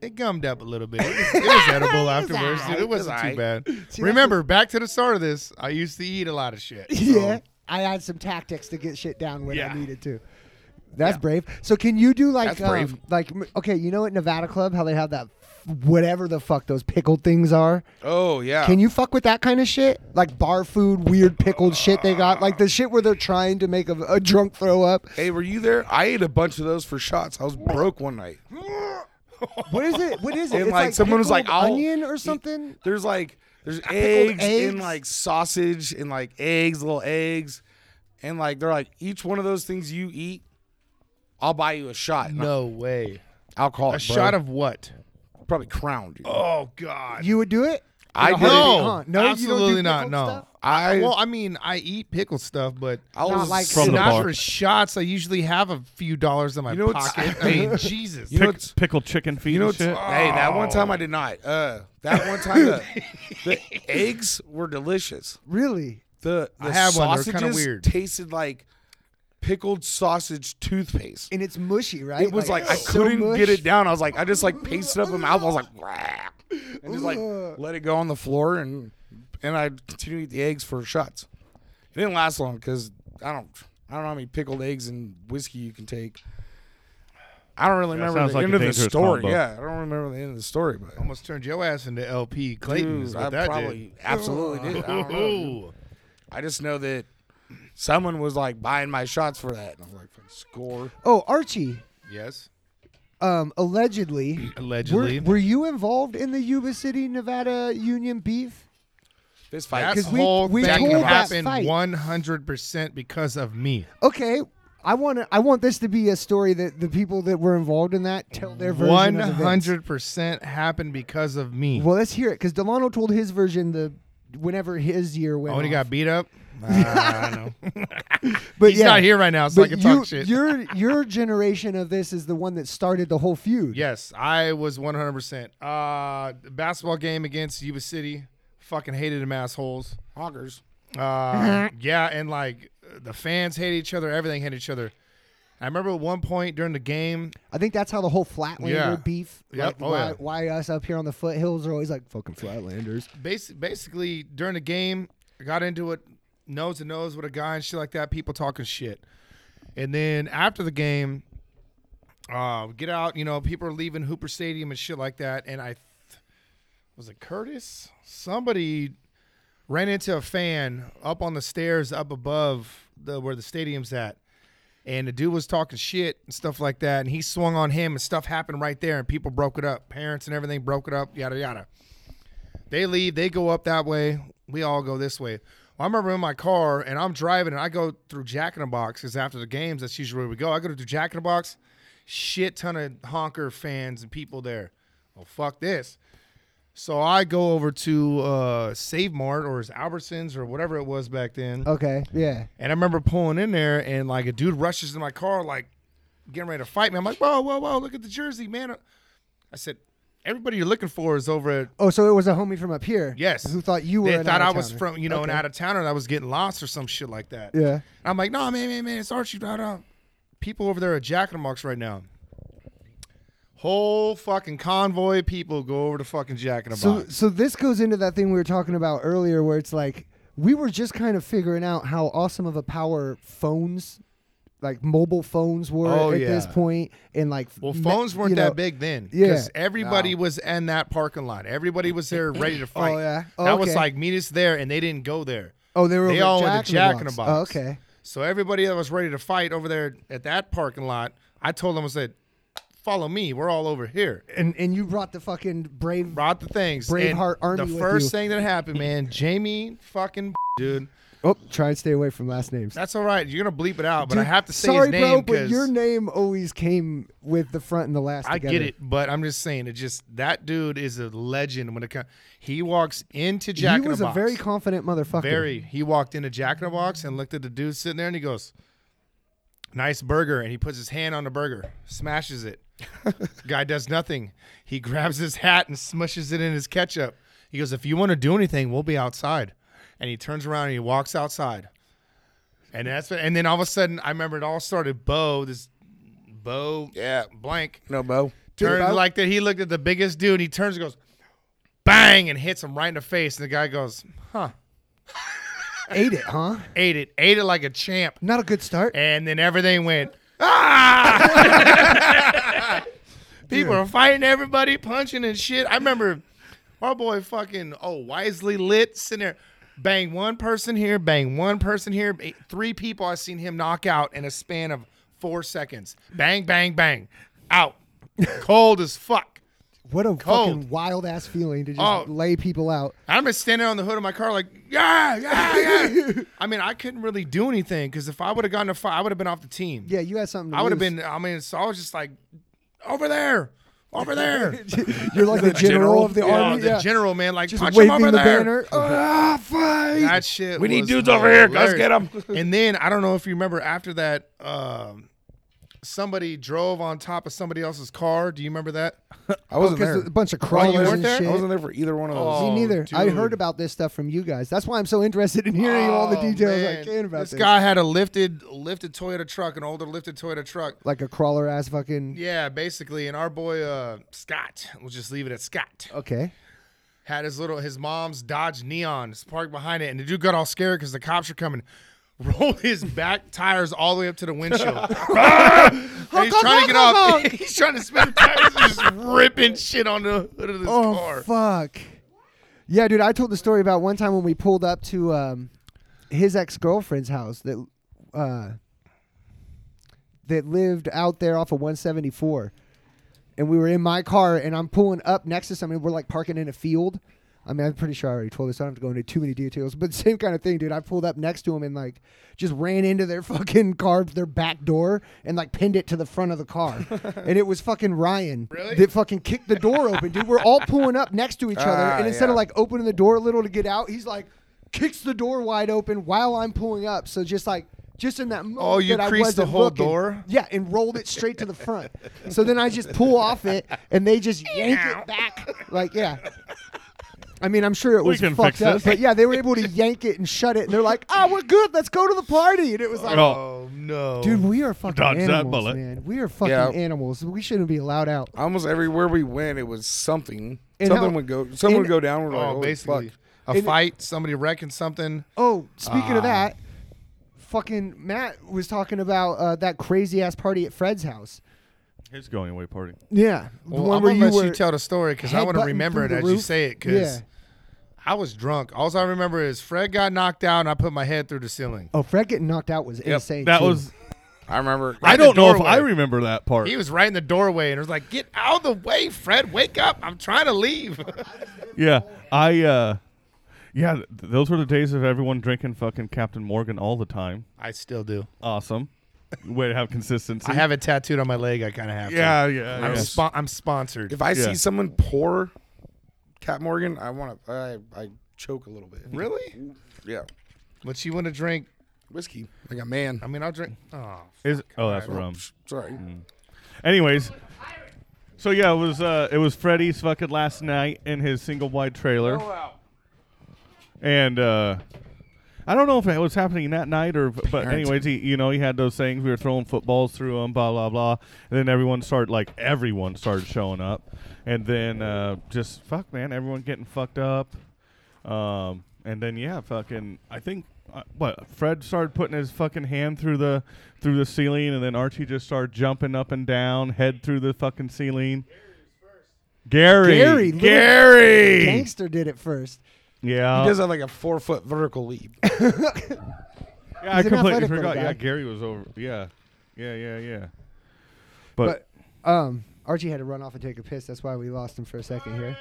S3: it gummed up a little bit. It was, it was edible afterwards, dude. It wasn't too bad. Remember, back to the start of this, I used to eat a lot of shit. so-
S2: Yeah. I had some tactics to get shit down when
S3: Oh. Yeah.
S2: I needed to. That's brave. So can you do like
S1: That's brave.
S2: um, like m- okay, you know at Nevada Club how they have that f- whatever the fuck those pickled things are?
S1: Oh yeah.
S2: Can you fuck with that kind of shit? Like bar food, weird pickled shit they got, like the shit where they're trying to make a, a drunk throw up.
S1: Hey, were you there? I ate a bunch of those for shots. I was broke one night.
S2: What is it? What is it?
S1: And
S2: It's
S1: like, someone was like,
S2: pickled
S1: I'll-
S2: onion or something.
S1: There's like there's
S2: pickled
S1: eggs,
S2: eggs?
S1: and like sausage and like eggs, little eggs, and like they're like each one of those things you eat, I'll buy you a shot. No
S3: No way.
S1: alcohol.
S3: A shot of what?
S1: probably Crown. Dude.
S3: Oh God.
S2: You would do it?
S1: I
S2: No,
S1: did.
S2: no,
S1: it.
S2: huh?
S3: no,
S2: No, you don't do
S3: absolutely not.
S2: pickled
S3: No.
S2: stuff?
S1: I
S3: well, I mean, I eat pickle stuff, but
S1: I
S2: not
S1: was
S2: like-
S1: from
S5: the
S3: not
S5: bar.
S3: for shots. I usually have a few dollars in my
S1: You know what's-
S3: pocket. I mean, Jesus.
S1: You know
S5: Pick,
S1: what's-
S5: pickled chicken feet
S1: You know,
S5: and
S1: it's, hey,
S5: shit.
S1: that one time I did not. Uh, that one time the, the eggs were delicious.
S2: Really?
S1: The, the
S3: I had one, they were
S1: sausages
S3: kinda weird.
S1: tasted like pickled sausage toothpaste.
S2: And it's mushy, right?
S1: It was like, I
S2: it's so
S1: couldn't
S2: mush.
S1: get it down. I was like, I just like pasted up in my mouth. I was like, "Wah," and just like let it go on the floor, and and I continued to eat the eggs for shots. It didn't last long because I don't I don't know how many pickled eggs and whiskey you can take. I don't really
S5: That
S1: remember
S5: sounds
S1: the
S5: like a
S1: end of the
S5: dangerous
S1: story.
S5: combo.
S1: Yeah, I don't remember the end of the story, but
S3: Almost turned your ass into LP Clayton. is
S1: Dude,
S3: what
S1: I
S3: that
S1: probably
S3: did.
S1: absolutely did. I, don't know.
S3: Ooh.
S1: I just know that someone was like buying my shots for that, and I'm like, score.
S2: Oh, Archie.
S3: Yes.
S2: Um, allegedly.
S3: Allegedly.
S2: Were, were you involved in the Yuba City, Nevada union beef?
S1: This fight.
S3: that
S2: 'cause we-
S3: whole
S2: we
S3: thing
S2: told that
S3: happened
S2: fight.
S3: 100% because of me.
S2: Okay. I want to. I want this to be a story that the people that were involved in that tell their version.
S3: One
S2: of events.
S3: hundred percent happened because of me.
S2: Well, let's hear it because Delano told his version the whenever his year went.
S3: oh, and he
S2: off.
S3: got beat up. I don't know.
S2: but
S3: He's not here right now, so I
S2: But
S3: can
S2: you,
S3: talk shit.
S2: your your generation of this is the one that started the whole feud.
S3: Yes, I was 100%. Uh, basketball game against Yuba City. Fucking hated them assholes.
S1: Hoggers.
S3: Uh, yeah, and like the fans hated each other. Everything hated each other. I remember at one point during the game,
S2: I think that's how the whole Flatlander
S3: Yeah.
S2: beef.
S3: Yep.
S2: Like,
S3: Oh,
S2: why,
S3: yeah.
S2: why us up here on the foothills are always like fucking Flatlanders.
S3: basi- basically during the game, I got into it nose to nose with a guy and shit like that. People talking shit, and then after the game, uh, get out. You know, people are leaving Hooper Stadium and shit like that. And I th- was it Curtis? Somebody ran into a fan up on the stairs up above the where the stadium's at. And the dude was talking shit and stuff like that, and he swung on him, and stuff happened right there, and people broke it up. Parents and everything broke it up, yada yada. They leave, they go up that way. We all go this way. Well, I remember in my car and I'm driving and I go through Jack in the Box because after the games, that's usually where we go. I go to Jack in the Box, shit ton of honker fans and people there. Well, fuck this. So I go over to uh, Save Mart or is Albertsons or whatever it was back then.
S2: Okay, yeah.
S3: And I remember pulling in there, and like a dude rushes in my car, like getting ready to fight me. I'm like, whoa, whoa, whoa! Look at the jersey, man. I said, everybody you're looking for is over at
S2: Oh, so it was a homie from up here.
S3: Yes.
S2: Who thought you were?
S3: They
S2: an
S3: thought I was
S2: out-of-towner.
S3: from, you know, an out of towner that was getting lost or some shit like that.
S2: Yeah.
S3: I'm like, no, man, man, man, it's Archie. Blah, blah. People over there are Jack in the Box right now. Whole fucking convoy of people go over to fucking Jack in the
S2: So
S3: Box.
S2: so this goes into that thing we were talking about earlier, where it's like we were just kind of figuring out how awesome of a power phones, like mobile phones, were
S3: Oh,
S2: at this
S3: yeah.
S2: point, and like
S3: Well,
S2: me-
S3: phones weren't
S2: you know-
S3: that big then.
S2: Yeah.
S3: Because everybody was in that parking lot. Everybody was there ready to fight.
S2: Oh, yeah.
S3: That was
S2: Okay.
S3: like, meet us there, and they didn't go there.
S2: Oh, they were
S3: They
S2: over at
S3: all went to
S2: Jack
S3: Jack in the
S2: Oh,
S3: Box.
S2: okay.
S3: So everybody that was ready to fight over there at that parking lot, I told them, I said, follow me. We're all over here.
S2: And and you brought the fucking brave.
S3: brought the things.
S2: Braveheart
S3: and
S2: Army
S3: The
S2: with
S3: first
S2: you.
S3: thing that happened, man, Jamie fucking dude.
S2: Oh, try and stay away from last names.
S3: That's all right. You're gonna bleep it out, but I
S2: Dude,
S3: have to say
S2: sorry,
S3: his name
S2: bro, but your
S3: because
S2: name always came with the front and the last.
S3: I
S2: together.
S3: get it. But I'm just saying, it just that dude is a legend when it comes. He walks into Jack
S2: he was
S3: in the
S2: a
S3: Box.
S2: very confident motherfucker.
S3: very. He walked into Jack in the Box and looked at the dude sitting there, and he goes, nice burger, and he puts his hand on the burger, smashes it. Guy does nothing. He grabs his hat and smushes it in his ketchup. He goes, If you want to do anything, we'll be outside. And he turns around and he walks outside. And that's and then all of a sudden I remember it all started Bo, this Bo yeah. blank
S1: No, Bo.
S3: turned
S2: Bo.
S3: like that. He looked at the biggest dude and he turns and goes, bang, and hits him right in the face. And the guy goes, huh,
S2: Ate it, huh?
S3: ate it, ate it like a champ.
S2: Not a good start.
S3: And then everything went, ah! People are fighting everybody, punching and shit. I remember our boy fucking, oh, wisely lit, sitting there. Bang one person here, bang one person here. Ba- Three people I seen him knock out in a span of four seconds. Bang, bang, bang. Out. Cold as fuck.
S2: What a
S3: Cold.
S2: fucking wild ass feeling to just
S3: Oh.
S2: lay people out.
S3: I'm just standing on the hood of my car, like, yeah, yeah, yeah. I mean, I couldn't really do anything because if I would have gotten a fight, I would have been off the team.
S2: Yeah, you had something. To
S3: I would have
S2: lose.
S3: been. I mean, so I was just like, over there, over there.
S2: You're like the general, of the
S3: Yeah,
S2: army.
S3: the
S2: yeah.
S3: general man, like
S2: just
S3: punch him
S2: waving
S3: over
S2: the
S3: there.
S2: banner. Ah, fight!
S3: That shit.
S1: We need
S3: was
S1: dudes over here. Let's
S3: hilarious.
S1: get 'em.
S3: and then I don't know if you remember after that, um, somebody drove on top of somebody else's car. Do you remember that?
S1: I wasn't there.
S2: Because Oh, a bunch of
S3: you
S2: crawlers
S3: weren't
S2: and
S3: there?
S2: shit.
S1: I wasn't there for either one of those.
S2: Me
S3: Oh,
S2: neither. I
S3: dude.
S2: heard about this stuff from you guys. That's why I'm so interested in hearing all the
S3: Oh,
S2: details I
S3: man.
S2: can about
S3: this
S2: this.
S3: guy had a lifted lifted Toyota truck, an older lifted Toyota truck.
S2: Like a crawler ass fucking.
S3: Yeah, basically, and our boy uh, Scott, we'll just leave it at Scott,
S2: Okay.
S3: had his little his mom's Dodge Neon just parked behind it, and the dude got all scared because the cops were coming. Rolled his back tires all the way up to the windshield. and he's trying to get off. he's trying to spin the tires, and just ripping shit on the hood of this
S2: Oh
S3: car.
S2: fuck. Yeah, dude. I told the story about one time when we pulled up to um, his ex girlfriend's house that uh, that lived out there off of 174, and we were in my car, and I'm pulling up next to somebody. We're like parking in a field. I mean, I'm pretty sure I already told this. I don't have to go into too many details, but same kind of thing, dude. I pulled up next to him and like just ran into their fucking car, their back door, and like pinned it to the front of the car. and it was fucking Ryan
S3: Really?
S2: that fucking kicked the door open, dude. We're all pulling up next to each other,
S1: Ah,
S2: and instead of
S1: yeah.
S2: like opening the door a little to get out, he's like kicks the door wide open while I'm pulling up. So just like just in that moment
S3: Oh, you
S2: that I
S3: creased the
S2: wasn't
S3: whole
S2: looking.
S3: door?
S2: Yeah, and rolled it straight to the front. so then I just pull off it, and they just yank it back. Like, yeah. I mean, I'm sure it was
S5: can
S2: fucked
S5: fix
S2: up,
S5: this.
S2: but yeah, they were able to yank it and shut it. And they're like, "Ah, we're good. Let's go to the party." And it was like,
S3: Oh no,
S2: "Dude, we are fucking
S5: Dodge that
S2: animals,
S5: bullet.
S2: man. We are fucking
S1: Yeah.
S2: animals. We shouldn't be allowed out."
S1: Almost everywhere we went, it was something.
S2: And
S1: something
S2: how-
S1: would go. Something
S2: and-
S1: would go down. We're like,
S3: Oh,
S1: "Holy
S3: basically
S1: fuck."
S3: a fight, somebody wrecking something.
S2: Oh, speaking of
S3: Ah.
S2: that, fucking Matt was talking about uh, that crazy ass party at Fred's house.
S5: His going away party.
S2: Yeah,
S3: Well, I'm gonna let you tell the story because I want
S2: headbutting
S3: to remember it
S2: through
S3: as
S2: the
S3: you
S2: roof.
S3: say it. Because
S2: Yeah.
S3: I was drunk. All I remember is Fred got knocked out, and I put my head through the ceiling.
S2: Oh, Fred getting knocked out was insane.
S5: That
S2: too.
S5: was.
S1: I remember.
S5: I
S3: Right in
S5: don't
S3: the
S5: know if
S3: doorway.
S5: I remember that part.
S3: He was right in the doorway, and it was like, "Get out of the way, Fred! Wake up! I'm trying to leave."
S5: Yeah, I. uh Yeah, th- those were the days of everyone drinking fucking Captain Morgan all the time.
S3: I still do.
S5: Awesome. Way to have consistency.
S3: I have it tattooed on my leg. I kind of have to.
S5: Yeah, yeah.
S3: I'm,
S5: yeah.
S3: spo- I'm sponsored.
S1: If I
S5: Yeah.
S1: see someone pour Cat Morgan, I want to. I, I choke a little bit.
S3: really?
S1: Yeah.
S3: But you want to drink?
S1: Whiskey, like a man.
S3: I mean, I'll drink. Oh,
S5: Is- oh, that's rum.
S1: Sorry.
S5: Anyways, so yeah, it was uh, it was Freddie's fucking last night in his single wide trailer, and uh, I don't know if it was happening that night or, but anyways, he you know he had those things. We were throwing footballs through him, blah blah blah, and then everyone started like everyone started showing up, and then uh, just fuck man, everyone getting fucked up, um, and then yeah, fucking I think. Uh, what Fred started putting his fucking hand through the through the ceiling, and then Archie just started jumping up and down, head through the fucking ceiling. Gary,
S2: Gary, little
S5: Gary,
S2: Gangster did it first.
S5: yeah,
S1: He does have like a four foot vertical leap.
S5: Yeah, I
S2: He's an
S5: completely
S2: athletic little
S5: forgot.
S2: guy.
S5: Yeah, Gary was over. Yeah, yeah, yeah, yeah.
S2: But
S5: But,
S2: um, Archie had to run off and take a piss. That's why we lost him for a second here.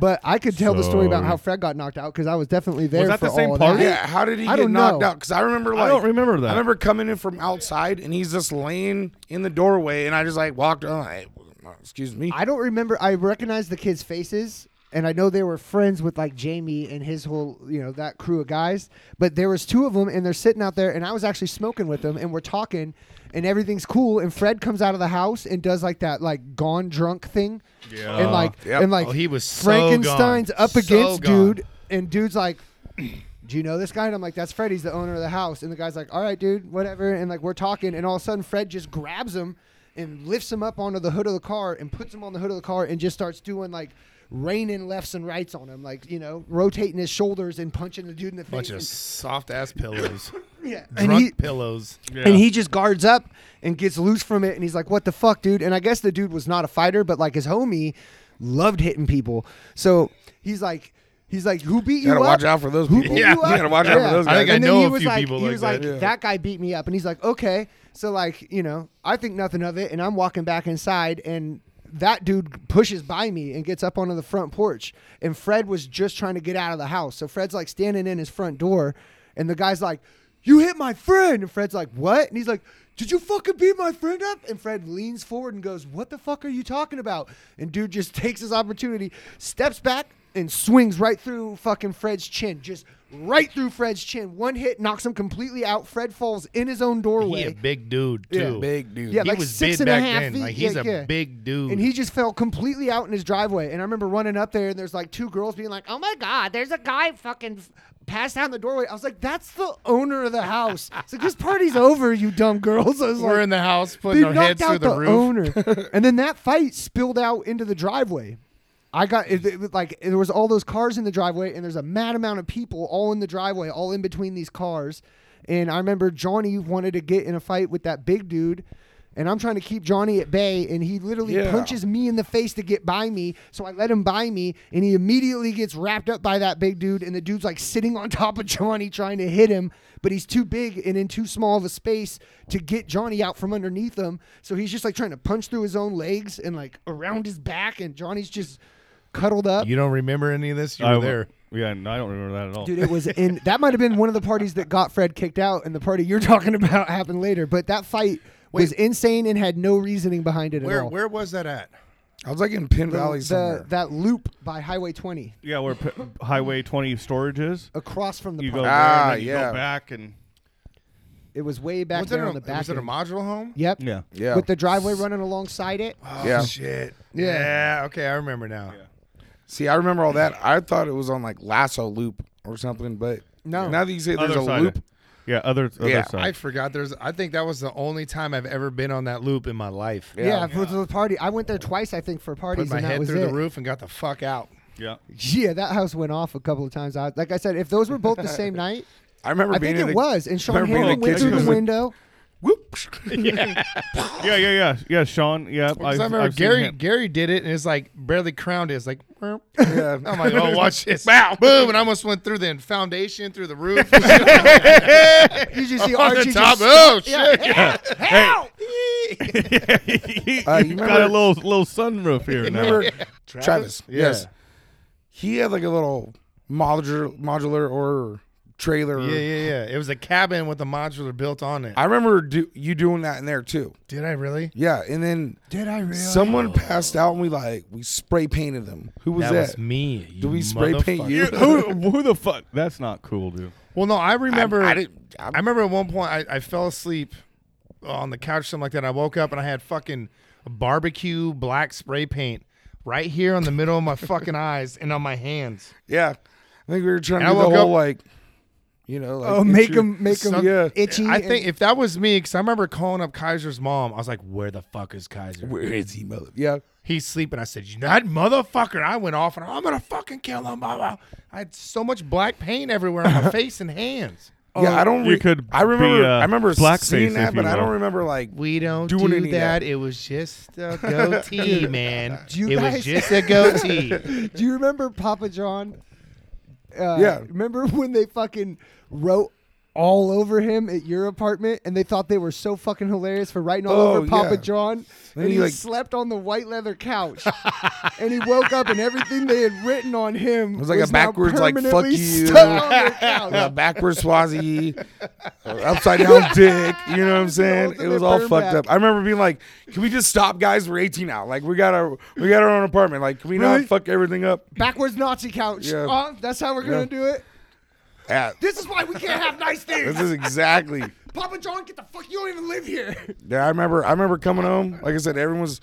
S2: But I could tell the story about
S5: Sorry.
S2: how Fred got knocked out because I was definitely there.
S5: Was that
S2: for
S5: the same
S2: all
S5: party?
S2: That.
S1: yeah. How did he
S2: I
S1: get
S2: don't
S1: knocked
S2: know.
S1: out? Because I remember. Like,
S5: I don't remember that.
S1: I remember coming in from outside, and he's just laying in the doorway, and I just like walked on. Like, oh, excuse me.
S2: I don't remember. I recognized the kids' faces, and I know they were friends with like Jamie and his whole, you know, that crew of guys. But there was two of them, and they're sitting out there, and I was actually smoking with them, and we're talking, and everything's cool. And Fred comes out of the house and does like that like gone drunk thing, yeah, and like
S1: Yep.
S2: and like
S3: Oh, he was so
S2: Frankenstein's
S3: gone.
S2: up
S3: So
S2: against
S3: gone.
S2: dude, and dude's like. Do you know this guy? And I'm like, that's Fred. He's the owner of the house. And the guy's like, all right, dude, whatever. And like, we're talking. And all of a sudden, Fred just grabs him and lifts him up onto the hood of the car and puts him on the hood of the car and just starts doing like raining lefts and rights on him, like, you know, rotating his shoulders and punching the dude in the face.
S3: Bunch of soft ass pillows,
S2: And- yeah.
S3: drunk
S2: And he,
S3: pillows.
S5: Yeah.
S2: and he just guards up and gets loose from it and he's like what the fuck dude and i guess the dude was not a fighter but like his homie loved hitting people so he's like he's like who beat you
S1: gotta
S2: up?
S1: watch out for those
S2: who
S1: people.
S2: beat
S1: Yeah,
S2: you,
S1: you
S2: up?
S1: gotta watch out for those
S3: I think
S1: guys.
S3: I
S2: and then
S3: know
S2: he
S3: a
S2: was
S3: few
S2: like
S3: people
S2: he
S3: like
S2: was like
S1: that. Yeah.
S2: guy beat me up and he's like okay so like you know i think nothing of it and i'm walking back inside and that dude pushes by me and gets up onto the front porch and fred was just trying to get out of the house so fred's like standing in his front door and the guy's like you hit my friend and fred's like what and he's like did you fucking beat my friend up? And Fred leans forward and goes, What the fuck are you talking about? And dude just takes his opportunity, steps back, and swings right through fucking Fred's chin. Just right through Fred's chin. One hit knocks him completely out. Fred falls in his own
S3: He
S2: doorway.
S3: a big dude
S2: Yeah.
S3: too.
S1: Big dude.
S2: Yeah,
S3: He
S2: like
S3: was
S2: six
S3: big
S2: and a half
S3: back then.
S2: feet.
S3: Like he's
S2: Yeah,
S3: a
S2: yeah.
S3: big dude.
S2: And he just fell completely out in his driveway. And I remember running up there, and there's like two girls being like, "Oh my god, there's a guy fucking f- passed down the doorway." I was like, "That's the owner of the house." It's like this party's over, you dumb girls. I was
S3: we're
S2: like,
S3: in the house
S2: they
S3: putting our
S2: knocked
S3: heads through
S2: out the,
S3: the roof.
S2: owner, and then that fight spilled out into the driveway. I got it, it was like there was all those cars in the driveway, and there's a mad amount of people all in the driveway, all in between these cars. And I remember Johnny wanted to get in a fight with that big dude, and I'm trying to keep Johnny at bay, and he literally
S1: Yeah.
S2: punches me in the face to get by me. So I let him by me, and he immediately gets wrapped up by that big dude, and the dude's like sitting on top of Johnny trying to hit him, but he's too big and in too small of a space to get Johnny out from underneath him. So he's just like trying to punch through his own legs and like around his back, and Johnny's just cuddled up.
S3: You don't remember any of this? You were
S5: I w-
S3: there.
S5: Yeah, no, I don't remember that at all.
S2: Dude, it was in that might have been one of the parties that got Fred kicked out, and the party you're talking about happened later. But that fight was insane and had no reasoning behind it at
S3: Where
S2: all.
S3: where was that at?
S1: I was like in Pin
S2: the,
S1: Valley
S2: the-
S1: somewhere.
S2: that loop by Highway 20
S5: yeah, where p- Highway 20 storage is.
S2: across from the
S5: You
S2: park.
S5: go there
S1: Ah,
S5: and then you
S1: yeah.
S5: go back and
S2: It was way back
S3: was it,
S2: there
S3: a,
S2: on the back.
S3: was it a
S2: end.
S3: module home?
S2: Yep.
S5: yeah.
S1: yeah.
S2: With the driveway running alongside it.
S3: Oh,
S1: Yeah.
S3: shit.
S2: Yeah.
S3: Yeah. Okay, I remember now.
S1: See, I remember all that. I thought it was on like Lasso Loop or something, but
S2: No.
S1: Now that you say there's
S5: other
S1: a
S5: side.
S1: loop,
S5: Yeah, other, other
S1: Yeah,
S5: side.
S3: I forgot. There's. I think that was the only time I've ever been on that loop in my life.
S1: Yeah.
S2: Yeah, for the party. I went there twice, I think, for
S3: Put
S2: parties,
S3: my
S2: and that
S3: head
S2: was
S3: through
S2: it.
S3: the roof and got the fuck out.
S5: yeah.
S2: Yeah, that house went off a couple of times. I, like I said, if those were both the same night,
S1: I remember
S2: I
S1: being
S2: think
S1: in
S2: it
S1: the,
S2: was. And Sean
S1: remember being in
S2: Hannon
S1: the
S2: went
S1: kitchen
S2: through the
S1: with-
S2: window.
S1: Whoop.
S5: Yeah, yeah, yeah. Yeah, Sean. Yeah.
S3: Because I remember
S5: I've seen
S3: Gary.
S5: him.
S3: Gary did it, and it's like barely crowned. It's like. "Meow."
S1: yeah.
S3: I'm like, oh, watch this. Bow, boom, and I almost went through the foundation, through the roof.
S2: You just see
S3: on the
S2: Archie
S3: top.
S2: just
S3: Oh shit!
S1: Uh, you
S5: you got
S1: remember-
S5: a little little sunroof here now.
S1: remember Travis?
S3: Yeah.
S1: Yes. He had like a little modular, modular or trailer.
S3: Yeah, yeah, yeah. It was a cabin with a modular built on it.
S1: I remember do, you doing that in there too.
S3: Did I really?
S1: Yeah, and then
S3: Did I really?
S1: someone passed out and we like we spray painted them. Who was
S3: that,
S1: that?
S3: was me. you
S1: Did we spray paint
S3: motherfucker.
S1: you?
S5: who, who the fuck? That's not cool, dude.
S3: Well, no, I remember.
S1: I
S3: I,
S1: didn't- I'm-
S3: remember at one point I, I fell asleep on the couch, something like that. And I woke up and I had fucking barbecue black spray paint right here on the middle of my fucking eyes and on my hands.
S1: Yeah, I think we were trying
S3: And I
S1: to do the
S3: woke
S1: whole
S3: up-
S1: like, you know, like
S2: Oh,
S1: it's
S2: make
S1: your-
S2: him, make him
S1: Some- yeah.
S2: itchy.
S3: I
S2: and-
S3: think if that was me, because I remember calling up Kaiser's mom. I was like, "Where the fuck is Kaiser?
S1: Where is he, mother? Yeah,
S3: He's sleeping." I said, "You that motherfucker!" I went off and I'm gonna fucking kill him. Blah, blah. I had so much black paint everywhere on my face and hands.
S1: yeah. I don't.
S5: you
S1: re-
S5: could
S1: I remember.
S5: be, uh,
S1: I remember
S5: blackface
S1: seeing
S5: if
S1: that,
S5: you
S1: but I don't
S5: will.
S1: remember like.
S3: We don't
S1: Doing
S3: do
S1: any of
S3: that.
S1: that.
S3: It was just a goatee, man.
S2: Do you
S3: it
S2: guys-
S3: was just a goatee.
S2: Do you remember Papa John? Uh,
S1: Yeah.
S2: Remember when they fucking wrote all over him at your apartment, and they thought they were so fucking hilarious for writing all
S1: Oh,
S2: over Papa
S1: yeah.
S2: John.
S1: Then
S2: and
S1: he,
S2: he
S1: like-
S2: slept on the white leather couch, and he woke up, and everything they had written on him
S1: It was like a
S2: now
S1: backwards, like, fuck
S2: permanently
S1: you.
S2: stuck on their couch.
S1: Uh, backwards Swazi, uh, upside down dick. You know what I'm saying? It was all
S2: Burn
S1: fucked
S2: back.
S1: up. I remember being like, "Can we just stop, guys? We're 18 now. Like, we got our we got our own apartment. Like, can we
S2: Really?
S1: not fuck everything up?"
S2: backwards Nazi couch.
S1: Yeah.
S2: Uh, that's how we're
S1: Yeah.
S2: gonna do it.
S1: Yeah,
S2: This is why we can't have nice
S1: this
S2: things.
S1: is exactly.
S2: Papa John, get the fuck. You don't even live here.
S1: Yeah, I remember. I remember coming home. Like I said, everyone's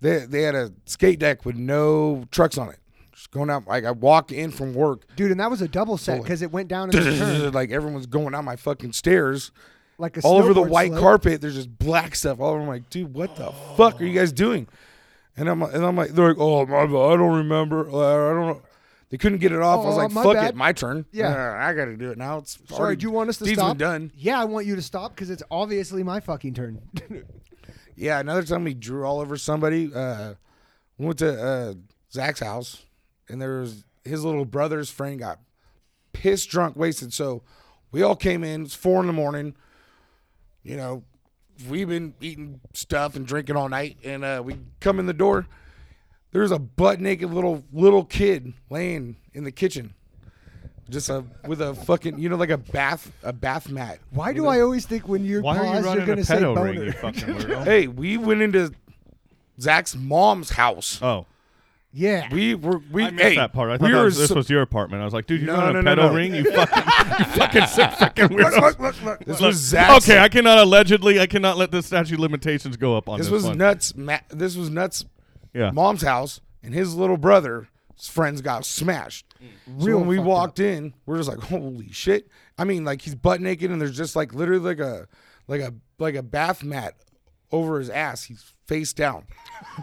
S1: they they had a skate deck with no trucks on it. Just going out. Like I walk in from work,
S2: Dude, and that was a double set because it went down in the turn,
S1: like everyone's going down my fucking stairs.
S2: like a
S1: all over the
S2: snowboard
S1: white
S2: slope.
S1: carpet. There's just black stuff all over. I'm like, dude, what the fuck are you guys doing? And I'm and I'm like, they're like, oh, my, bad, I don't remember. Uh, I don't know. They couldn't get it off. I was
S2: Oh,
S1: like,
S2: my
S1: fuck
S2: bad.
S1: it, my turn.
S2: Yeah.
S1: Uh, I got to do it now. It's
S2: Sorry, do you want us to
S1: deed's been
S2: stop?
S1: done.
S2: Yeah, I want you to stop because it's obviously my fucking turn.
S1: Yeah, another time we drew all over somebody. Uh, we went to uh, Zach's house, and there was his little brother's friend got pissed, drunk, wasted. So we all came in. It's four in the morning. You know, we've been eating stuff and drinking all night, and uh, we come in the door. There's a butt naked little little kid laying in the kitchen, just a with a fucking you know like a bath a bath mat.
S2: Why
S1: You
S2: do
S1: know?
S2: I always think when you're
S5: Why are you
S2: paused, you're
S5: running a
S2: gonna say
S5: pedo ring,
S2: boner?
S5: you fucking weirdo?
S1: Hey, we went into Zach's mom's house.
S5: Oh,
S2: yeah,
S1: We were we
S5: I missed
S1: hey,
S5: that part. I thought
S1: we
S5: that
S1: were
S5: was, this
S1: so-
S5: was your apartment. I was like, dude, you're
S1: No,
S5: running
S1: no,
S5: a
S1: no,
S5: pedo
S1: no.
S5: ring? You fucking, you fucking sick fucking
S1: look,
S5: weirdos.
S1: look, look, look. This was Zach's.
S5: Okay, I cannot allegedly, I cannot let the statute of limitations go up on this,
S1: this was
S5: one.
S1: nuts. Ma- this was nuts.
S5: Yeah.
S1: Mom's house and his little brother's friends got smashed. so when we
S2: fucked
S1: walked in, we're just like, holy shit! I mean, like he's butt naked and there's just like literally like a like a like a bath mat over his ass. He's face down.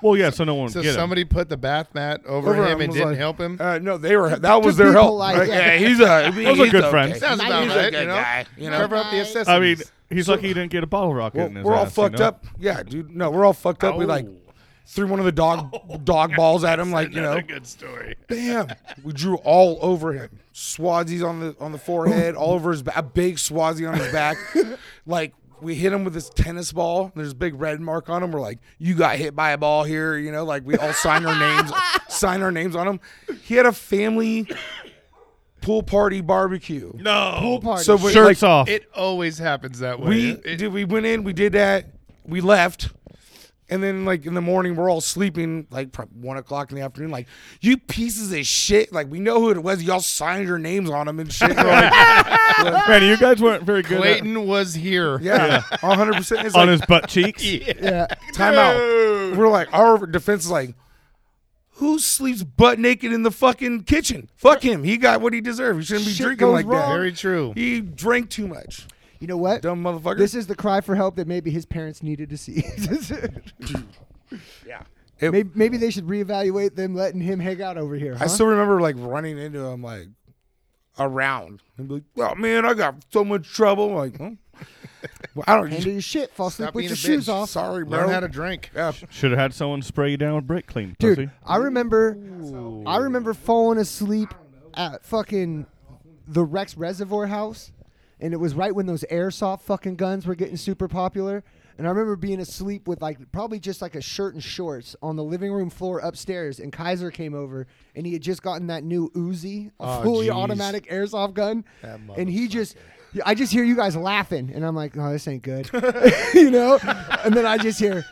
S5: well, yeah, so no one
S3: So
S5: would get him.
S3: somebody put the bath mat over, him and
S1: was
S3: didn't
S1: like-
S3: help him.
S1: Uh, no, they were that was
S2: To
S1: their
S2: be
S1: help.
S2: polite,
S1: Like,
S2: yeah.
S1: yeah, he's a
S5: Those
S1: he's
S5: are good
S1: okay.
S5: friends.
S3: Sounds about
S1: He's a
S3: right,
S1: good
S3: you know?
S1: guy. You know,
S3: Cover up the accessories.
S5: I mean, he's lucky he didn't get a bottle rocket
S1: Well,
S5: in his
S1: we're all
S5: ass, you
S1: fucked
S5: know?
S1: up. Yeah, dude. No, we're all fucked up. We like
S3: Oh.
S1: threw one of the dog dog balls at him, like you know.
S3: good story.
S1: Bam! We drew all over him. Swazi's on the on the forehead, all over his back. A big Swazi on his back. like we hit him with this tennis ball. and there's a big red mark on him. We're like, "You got hit by a ball here," you know. Like we all sign our names, sign our names on him. He had a family pool party barbecue.
S5: No.
S2: party.
S1: So we,
S5: Shirts
S1: like,
S5: off.
S3: It always happens that way.
S1: we
S3: It-
S1: dude, we went in, we did that, we left, and then like in the morning we're all sleeping like prob- one o'clock in the afternoon. Like you pieces of shit! Like we know who it was. Y'all signed your names on them and shit. We're like,
S5: Man, you guys weren't very good at-
S3: Clayton was here.
S1: yeah, hundred percent. It's
S5: on
S1: like
S5: his butt cheeks.
S2: yeah.
S1: timeout. We're like our defense is like. Who sleeps butt naked in the fucking kitchen? Fuck him. He got what he deserved. He shouldn't be
S2: Shit
S1: drinking
S2: goes
S1: like
S2: wrong.
S1: that.
S3: Very true.
S1: He drank too much.
S2: You know what?
S1: Dumb motherfucker.
S2: This is the cry for help that maybe his parents needed to see.
S1: yeah.
S2: maybe, maybe they should reevaluate them letting him hang out over here.
S1: I
S2: huh?
S1: still remember like running into him like around and be like, "Well, man, I got so much trouble." I'm like, "Well, well, I don't.
S2: Handle your shit. Fall asleep
S3: Stop
S2: with
S3: being
S2: your
S3: a
S2: shoes
S3: bitch.
S2: off.
S1: sorry, bro.
S3: Learn how to drink.
S1: Yeah.
S5: Should have had someone spray you down with brick clean,
S2: Dude,
S5: pussy.
S2: I remember, I remember falling asleep at fucking the Rex Reservoir House, and it was right when those airsoft fucking guns were getting super popular. And I remember being asleep with like probably just like a shirt and shorts on the living room floor upstairs, and Kaiser came over, and he had just gotten that new Uzi, a
S3: Oh,
S2: fully
S3: jeez.
S2: automatic airsoft gun,
S3: That
S2: and he just. I just hear you guys laughing, and I'm like, "Oh, this ain't good," you know. And then I just hear,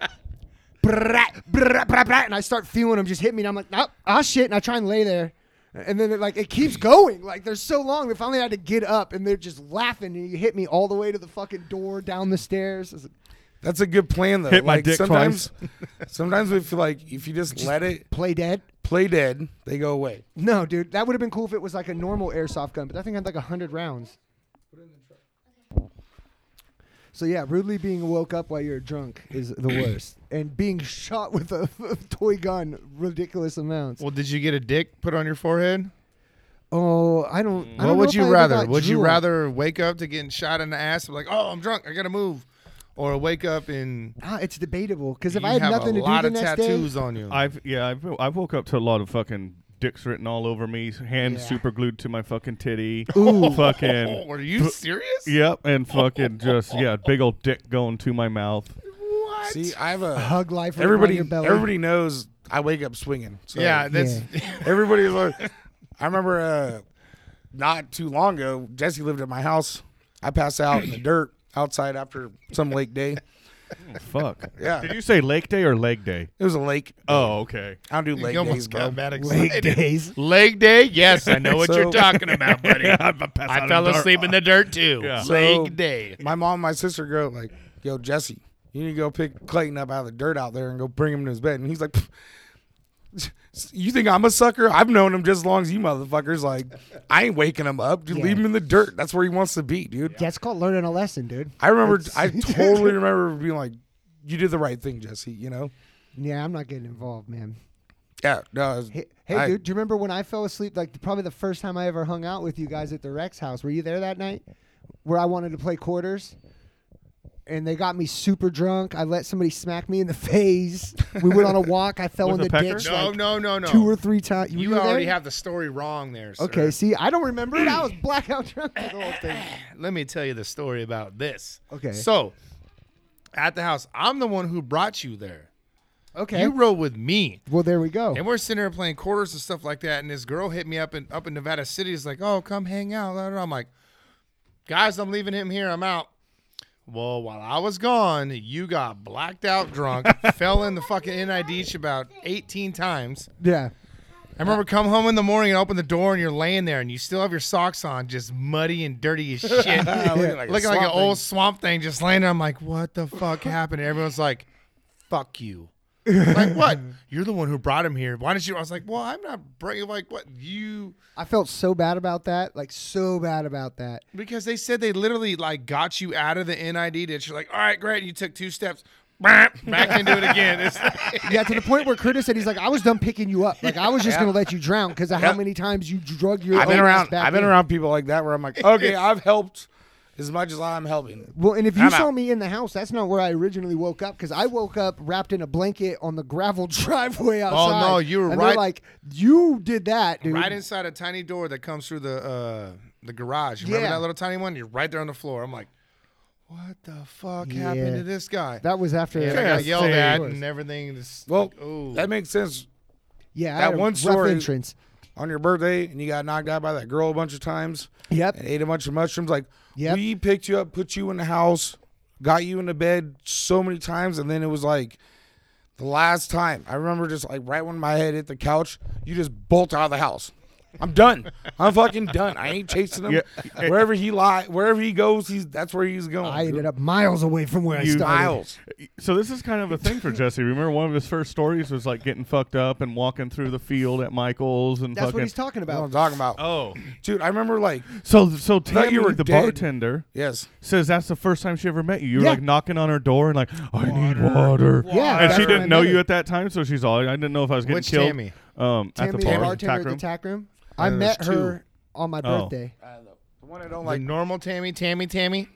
S2: brat, brat, brat, brat, and I start feeling them just hit me, and I'm like, ah, ah, shit, and I try and lay there, and then it like it keeps going, like they're so long. They finally had to get up, and they're just laughing, and you hit me all the way to the fucking door, down the stairs. It's like,
S1: That's a good plan though.
S5: Hit my
S1: like
S5: dick
S1: sometimes, sometimes we feel like if you just, let it
S2: Play dead?
S1: play dead, they go away.
S2: No, dude, that would have been cool if it was like a normal airsoft gun, but that thing had like hundred rounds. So yeah, rudely being woke up while you're drunk is the worst, and being shot with a toy gun, ridiculous amounts.
S3: Well, did you get a dick put on your forehead?
S2: Oh, I don't. I don't
S3: what
S2: know
S3: would
S2: if
S3: you
S2: I ever
S3: rather?
S2: got
S3: Would you
S2: drool.
S3: rather wake up to getting shot in the ass, like, oh, I'm drunk, I gotta move, or wake up and
S2: Ah, it's debatable because if
S3: you
S2: I had
S3: have
S2: nothing
S3: a
S2: to do
S3: lot
S2: the
S3: of
S2: next
S3: tattoos
S2: day,
S3: on you?
S5: I've yeah, I've I've woke up to a lot of fucking dicks written all over me, hand
S2: Yeah.
S5: super glued to my fucking titty.
S2: Ooh.
S5: fucking.
S3: Were Oh, you serious?
S5: Yep, and fucking just yeah, big old dick going to my mouth.
S3: What?
S1: See, I have a
S2: Hug life. right on
S1: everybody.
S2: your belly.
S1: Everybody knows I wake up swinging. So
S3: yeah, that's
S1: everybody's like. I remember uh, not too long ago, Jesse lived at my house. I pass out in the dirt outside after some lake day.
S5: Fuck.
S1: Yeah.
S5: Did you say lake day or leg day?
S1: It was a lake.
S5: Oh, okay.
S1: I don't do
S3: you
S1: lake days,
S3: almost
S1: bro.
S3: got mad
S2: Leg
S3: excited.
S2: days.
S3: Leg day? Yes, I know what
S1: So-
S3: you're talking about, buddy.
S5: out
S3: I
S5: in
S3: fell
S5: dark.
S3: asleep in the dirt too.
S5: Yeah. So-
S3: Leg day.
S1: My mom and my sister go like, "Yo, Jesse, you need to go pick Clayton up out of the dirt out there and go bring him to his bed." And he's like, "Pff, "You think I'm a sucker? I've known him just as long as you motherfuckers. Like, I ain't waking him up. Dude,
S2: Yeah.
S1: leave him in the dirt. That's where he wants to be, dude."
S2: That's called learning a lesson, dude.
S1: I remember.
S2: It's-
S1: I totally remember being like, "You did the right thing, Jesse." You know?
S2: Yeah, I'm not getting involved, man.
S1: Yeah. No. it's-
S2: Hey, hey
S1: I-
S2: dude, do you remember when I fell asleep? Like probably the first time I ever hung out with you guys at the Rex house. Were you there that night? Where I wanted to play quarters, and they got me super drunk. I let somebody smack me in the face. We went on a walk. I fell
S5: With
S2: in
S5: a
S2: the
S5: pecker?
S2: ditch
S3: No,
S2: like
S3: no, no, no.
S2: two or three times.
S3: you already have the story wrong there. Sir.
S2: Okay, see, I don't remember it. I was blackout drunk for the whole thing.
S3: Let me tell you the story about this.
S2: Okay.
S3: So, at the house, I'm the one who brought you there.
S2: Okay.
S3: You rode with me.
S2: well, there we go.
S3: And we're sitting there playing quarters and stuff like that. And this girl hit me up in up in Nevada City. Is like, oh, come hang out. blah, blah. I'm like, guys, I'm leaving him here. I'm out. Well, while I was gone, you got blacked out drunk, fell in the fucking NID about 18 times.
S2: Yeah.
S3: I remember come home in the morning and open the door and you're laying there and you still have your socks on, just muddy and dirty as shit. looking like,
S1: a
S3: an
S1: swamp thing.
S3: old swamp thing, just laying there. I'm like, what the fuck happened? And everyone's like, fuck you. like what? You're the one who brought him here. Why didn't you? I was like, well, I'm not bringing. Like what? You
S2: I felt so bad about that. Like so bad about that.
S3: because they said they literally like got you out of the NID ditch. You're like, all right, great. And you took two steps, back into it again. It's
S2: Yeah, to the point where Curtis said he's like, I was done picking you up. Like I was just
S1: Yeah.
S2: gonna let you drown because of how
S1: Yeah.
S2: many times you drug your.
S1: I've been
S2: own ass
S1: around.
S2: back
S1: I've been
S2: in.
S1: around people like that where I'm like, "Okay, I've helped as much as I'm helping."
S2: Well, and if you
S1: I'm
S2: saw
S1: out.
S2: me in the house, that's not where I originally woke up because I woke up wrapped in a blanket on the gravel driveway outside.
S3: no, you were
S2: and they're
S3: right-
S2: Like you did that, dude.
S3: right inside a tiny door that comes through the uh, the garage. You Remember
S2: Yeah.
S3: that little tiny one? You're right there on the floor. I'm like, what the fuck happened
S2: Yeah.
S3: to this guy?
S2: that was after.
S3: and I
S5: Yeah,
S3: got yelled
S5: same.
S3: at and everything. Just,
S1: Well,
S3: oh,
S1: that makes sense.
S2: yeah, I
S1: that
S2: had a
S1: one
S2: rough
S1: story-
S2: entrance.
S1: on your birthday and you got knocked out by that girl a bunch of times
S2: Yep.
S1: and ate a bunch of mushrooms. Like
S2: Yep.
S1: we picked you up, put you in the house, got you in the bed so many times, and then it was like the last time. I remember just like right when my head hit the couch, you just bolt out of the house. I'm done. I'm fucking done. I ain't chasing him.
S5: Yeah.
S1: Wherever he lie, wherever he goes, he's that's where he's going.
S2: I ended up miles away from where I
S5: You-
S2: started.
S1: miles.
S5: So this is kind of a thing for Jesse. Remember, one of his first stories was like getting fucked up and walking through the field at Michael's and
S2: That's
S5: fucking.
S2: what he's talking
S1: That's what
S2: about.
S1: I'm talking about,
S5: oh,
S1: dude. I remember like
S5: so so Tammy,
S1: you were
S5: the
S1: dead.
S5: bartender,
S1: yes,
S5: says that's the first time she ever met you. You were
S2: Yeah.
S5: like knocking on her door and like, I need water.
S2: Yeah,
S5: And
S2: that's
S5: she
S2: when I
S5: didn't know
S2: met
S5: you
S2: her.
S5: at that time, so she's all I didn't know if I was getting
S3: Which
S5: killed.
S3: Tammy?
S5: Um,
S2: Tammy,
S5: at the
S2: the,
S5: bar,
S2: bartender
S5: tack
S2: at
S5: room.
S2: the tack room. I
S1: Uh, there's
S2: met
S1: two.
S2: her on my
S5: Oh.
S2: birthday.
S1: the one I don't
S3: like
S1: like,
S3: normal Tammy, Tammy, Tammy.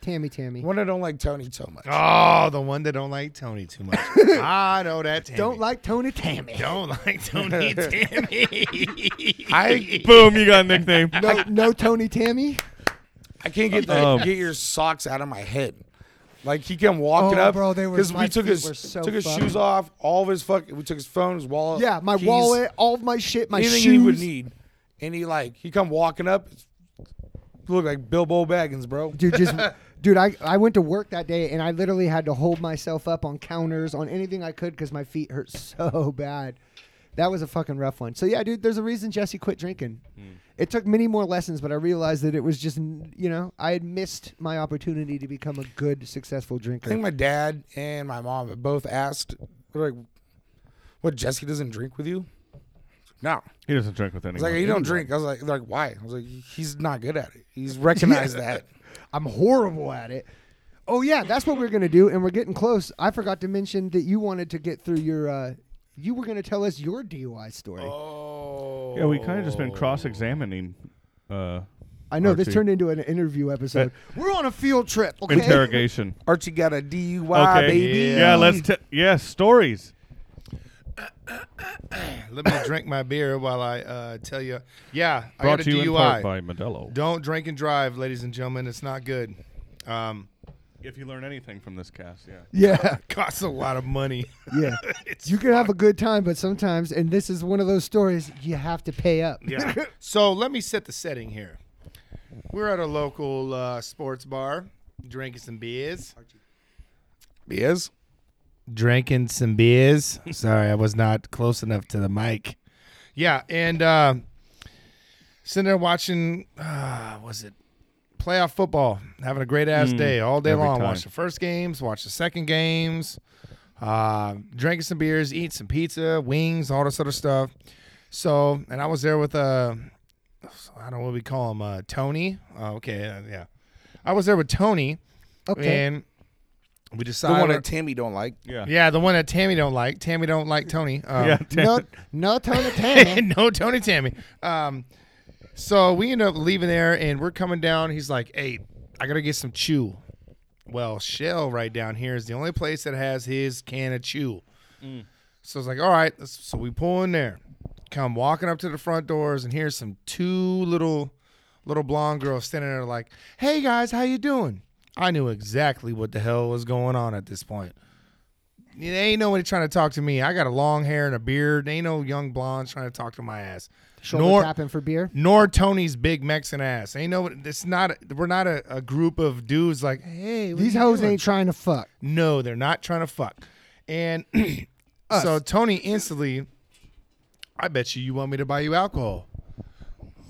S2: Tammy, Tammy.
S1: one I don't like Tony so much.
S3: Oh, the one that don't like Tony too much. I know that Tammy.
S2: Don't like Tony, Tammy.
S3: Don't like Tony Tammy.
S1: I
S5: Boom! You got a nickname.
S2: No, no Tony, Tammy.
S1: I can't get the,
S5: Um,
S1: get your socks out of my head. Like he came walking
S2: Oh,
S1: up,
S2: bro, they were-
S1: because
S2: my
S1: we took
S2: feet
S1: his
S2: were so
S1: took his
S2: fucked.
S1: shoes off, all of his fuck. We took his phone, his wallet.
S2: Yeah, my
S1: keys,
S2: wallet, all of my shit, my
S1: anything
S2: shoes.
S1: he would need. And he like he come walking up, look like Bilbo Baggins, bro.
S2: dude just dude I, I went to work that day and i literally had to hold myself up on counters on anything i could because my feet hurt so bad that was a fucking rough one so yeah dude there's a reason jesse quit drinking
S1: Hmm.
S2: it took many more lessons but i realized that it was just n- you know i had missed my opportunity to become a good successful
S1: I think
S2: drinker
S1: my dad and my mom have both asked, they're like, "What Jesse doesn't drink with you?" No,
S5: He doesn't drink with
S1: he's like,
S5: anyone.
S1: "You don't drink." I was like, "Like why?" I was like, "He's not good at it. He's recognized that."
S2: i'm horrible at it oh yeah that's what we're gonna do and we're getting close i forgot to mention that you wanted to get through your uh you were gonna tell us your dui story
S3: oh.
S5: yeah, we kind of just been cross-examining. Uh,
S2: I know
S5: Archie.
S2: this turned into an interview episode. We're on a field trip. Okay.
S5: Interrogation.
S1: Archie got a DUI, Ah, baby.
S5: Yeah, let's. T- yeah, stories.
S3: Let me drink my beer while I uh, tell you. Yeah, I
S5: Brought
S3: got a
S5: to you in
S3: DUI.
S5: part by Modelo.
S3: Don't drink and drive, ladies and gentlemen. It's not good. Um,
S5: If you learn anything from this cast, yeah.
S2: Yeah.
S3: costs a lot of money.
S2: Yeah.
S3: It's
S2: you can have a good time, but sometimes, and this is one of those stories, you have to pay up.
S3: yeah. So let me set the setting here. We're at a local uh, sports bar, drinking some beers.
S1: Yes.
S3: Drinking some beers. Sorry, I was not close enough to the mic. Yeah, and uh, sitting there watching, uh, was it playoff football? Having a great ass day all day
S5: every
S3: long.
S5: time.
S3: Watch the first games, watch the second games, uh, drinking some beers, eating some pizza, wings, all this other stuff. So, and I was there with uh, I don't know what we call him, uh, Tony. Uh, okay, uh, yeah, I was there with Tony,
S2: Okay.
S3: and we
S1: The
S3: decided
S1: one that Tammy don't like.
S5: Yeah.
S3: yeah, the one that Tammy don't like. Tammy don't like Tony. Um,
S5: Yeah,
S2: No, no ton of time.
S3: no, Tony Tammy. Um, so we end up leaving there, and we're coming down. He's like, "Hey, I gotta get some chew." Well, Shell right down here is the only place that has his can of chew. So I was like, "All right." let's- So we pull in there, come walking up to the front doors, and here's some two little, little blonde girls standing there like, "Hey guys, how you doing?" I knew exactly what the hell was going on at this point. They ain't nobody trying to talk to me. I got a long hair and a beard. There ain't no young blondes trying to talk to my ass.
S2: Shoulder
S3: nor,
S2: tapping for beer.
S3: nor Tony's big Mexican ass. Ain't no. It's not. We're not a, a group of dudes like, hey, what
S2: These
S3: you
S2: hoes
S3: doing?"
S2: ain't trying to fuck.
S3: No, they're not trying to fuck. And so Tony instantly, I bet you you want me to buy you alcohol.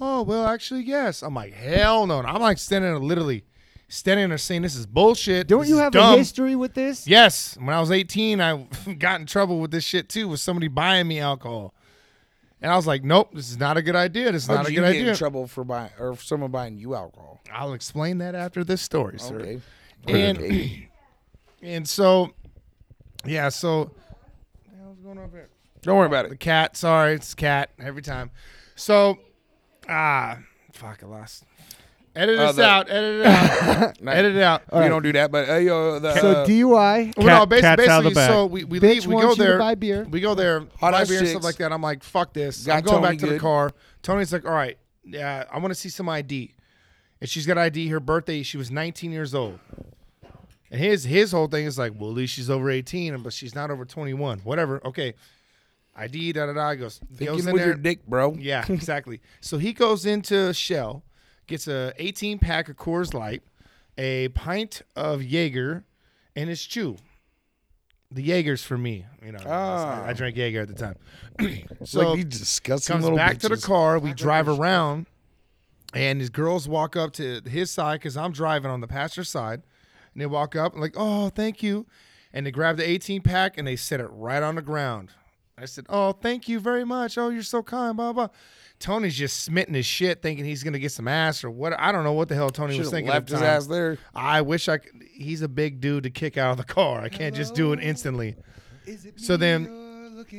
S3: Oh, well, actually, yes. I'm like, hell no. I'm like standing there, literally standing there saying, this is bullshit.
S2: Don't
S3: This
S2: you
S3: is
S2: have
S3: dumb.
S2: a history with this?
S3: Yes. When I was 18, I got in trouble with this shit too, with somebody buying me alcohol. And I was like, nope, this is not a good idea. This is
S1: How
S3: not
S1: did
S3: a
S1: you
S3: good
S1: get in
S3: idea.
S1: trouble for buying or for someone buying you alcohol?
S3: I'll explain that after this story, sir.
S1: Okay.
S3: And and so, yeah, so. What's going on there?
S1: Don't worry about
S3: The
S1: it.
S3: cat. Sorry, it's cat every time. So, ah, fuck, I lost. Edit
S1: Uh,
S3: this
S1: the-
S3: out. Edit it out.
S1: Not-
S3: edit it out.
S1: We don't do that, but uh, yo, the
S2: So
S1: uh,
S2: DUI.
S3: Well, no, basi-
S5: cat's
S3: basically,
S5: out of the bag.
S3: so we, we
S2: Bitch
S3: leave, we go
S2: wants you to
S3: there,
S2: buy beer.
S3: we go there,
S1: Hot
S3: buy
S1: ass
S3: beer and stuff
S1: chicks.
S3: like that. I'm like, fuck this.
S1: Got
S3: I'm going
S1: Tony
S3: back to the
S1: good.
S3: car. Tony's like, all right, yeah, I want to see some ID, and she's got ID. Her birthday, she was 19 years old, and his his whole thing is like, well, at least she's over 18, but she's not over 21. Whatever. Okay, ID. Da da da. Goes goes
S1: thinking
S3: in
S1: with
S3: there.
S1: your dick, bro.
S3: Yeah, exactly. so he goes into Shell, gets a 18 pack of Coors Light, a pint of Jaeger, and his chew. The Jaeger's for me, you know. I- I drank Jaeger at the time.
S1: It's
S3: so
S1: Ah. like these disgusting
S3: comes
S1: little
S3: back to the
S1: bitches.
S3: car. We drive around, and these girls walk up to his side because I'm driving on the passenger side, and they walk up and like, "Oh, thank you," and they grab the 18 pack and they set it right on the ground. I said, "Oh, thank you very much. Oh, you're so kind." Blah blah. Tony's just smitten his shit, thinking he's gonna get some ass or what. I don't know what the hell Tony was
S1: Should've
S3: thinking. at
S1: left
S3: the
S1: his
S3: time.
S1: ass there.
S3: I wish I could. He's a big dude to kick out of the car. I can't just do it instantly. So then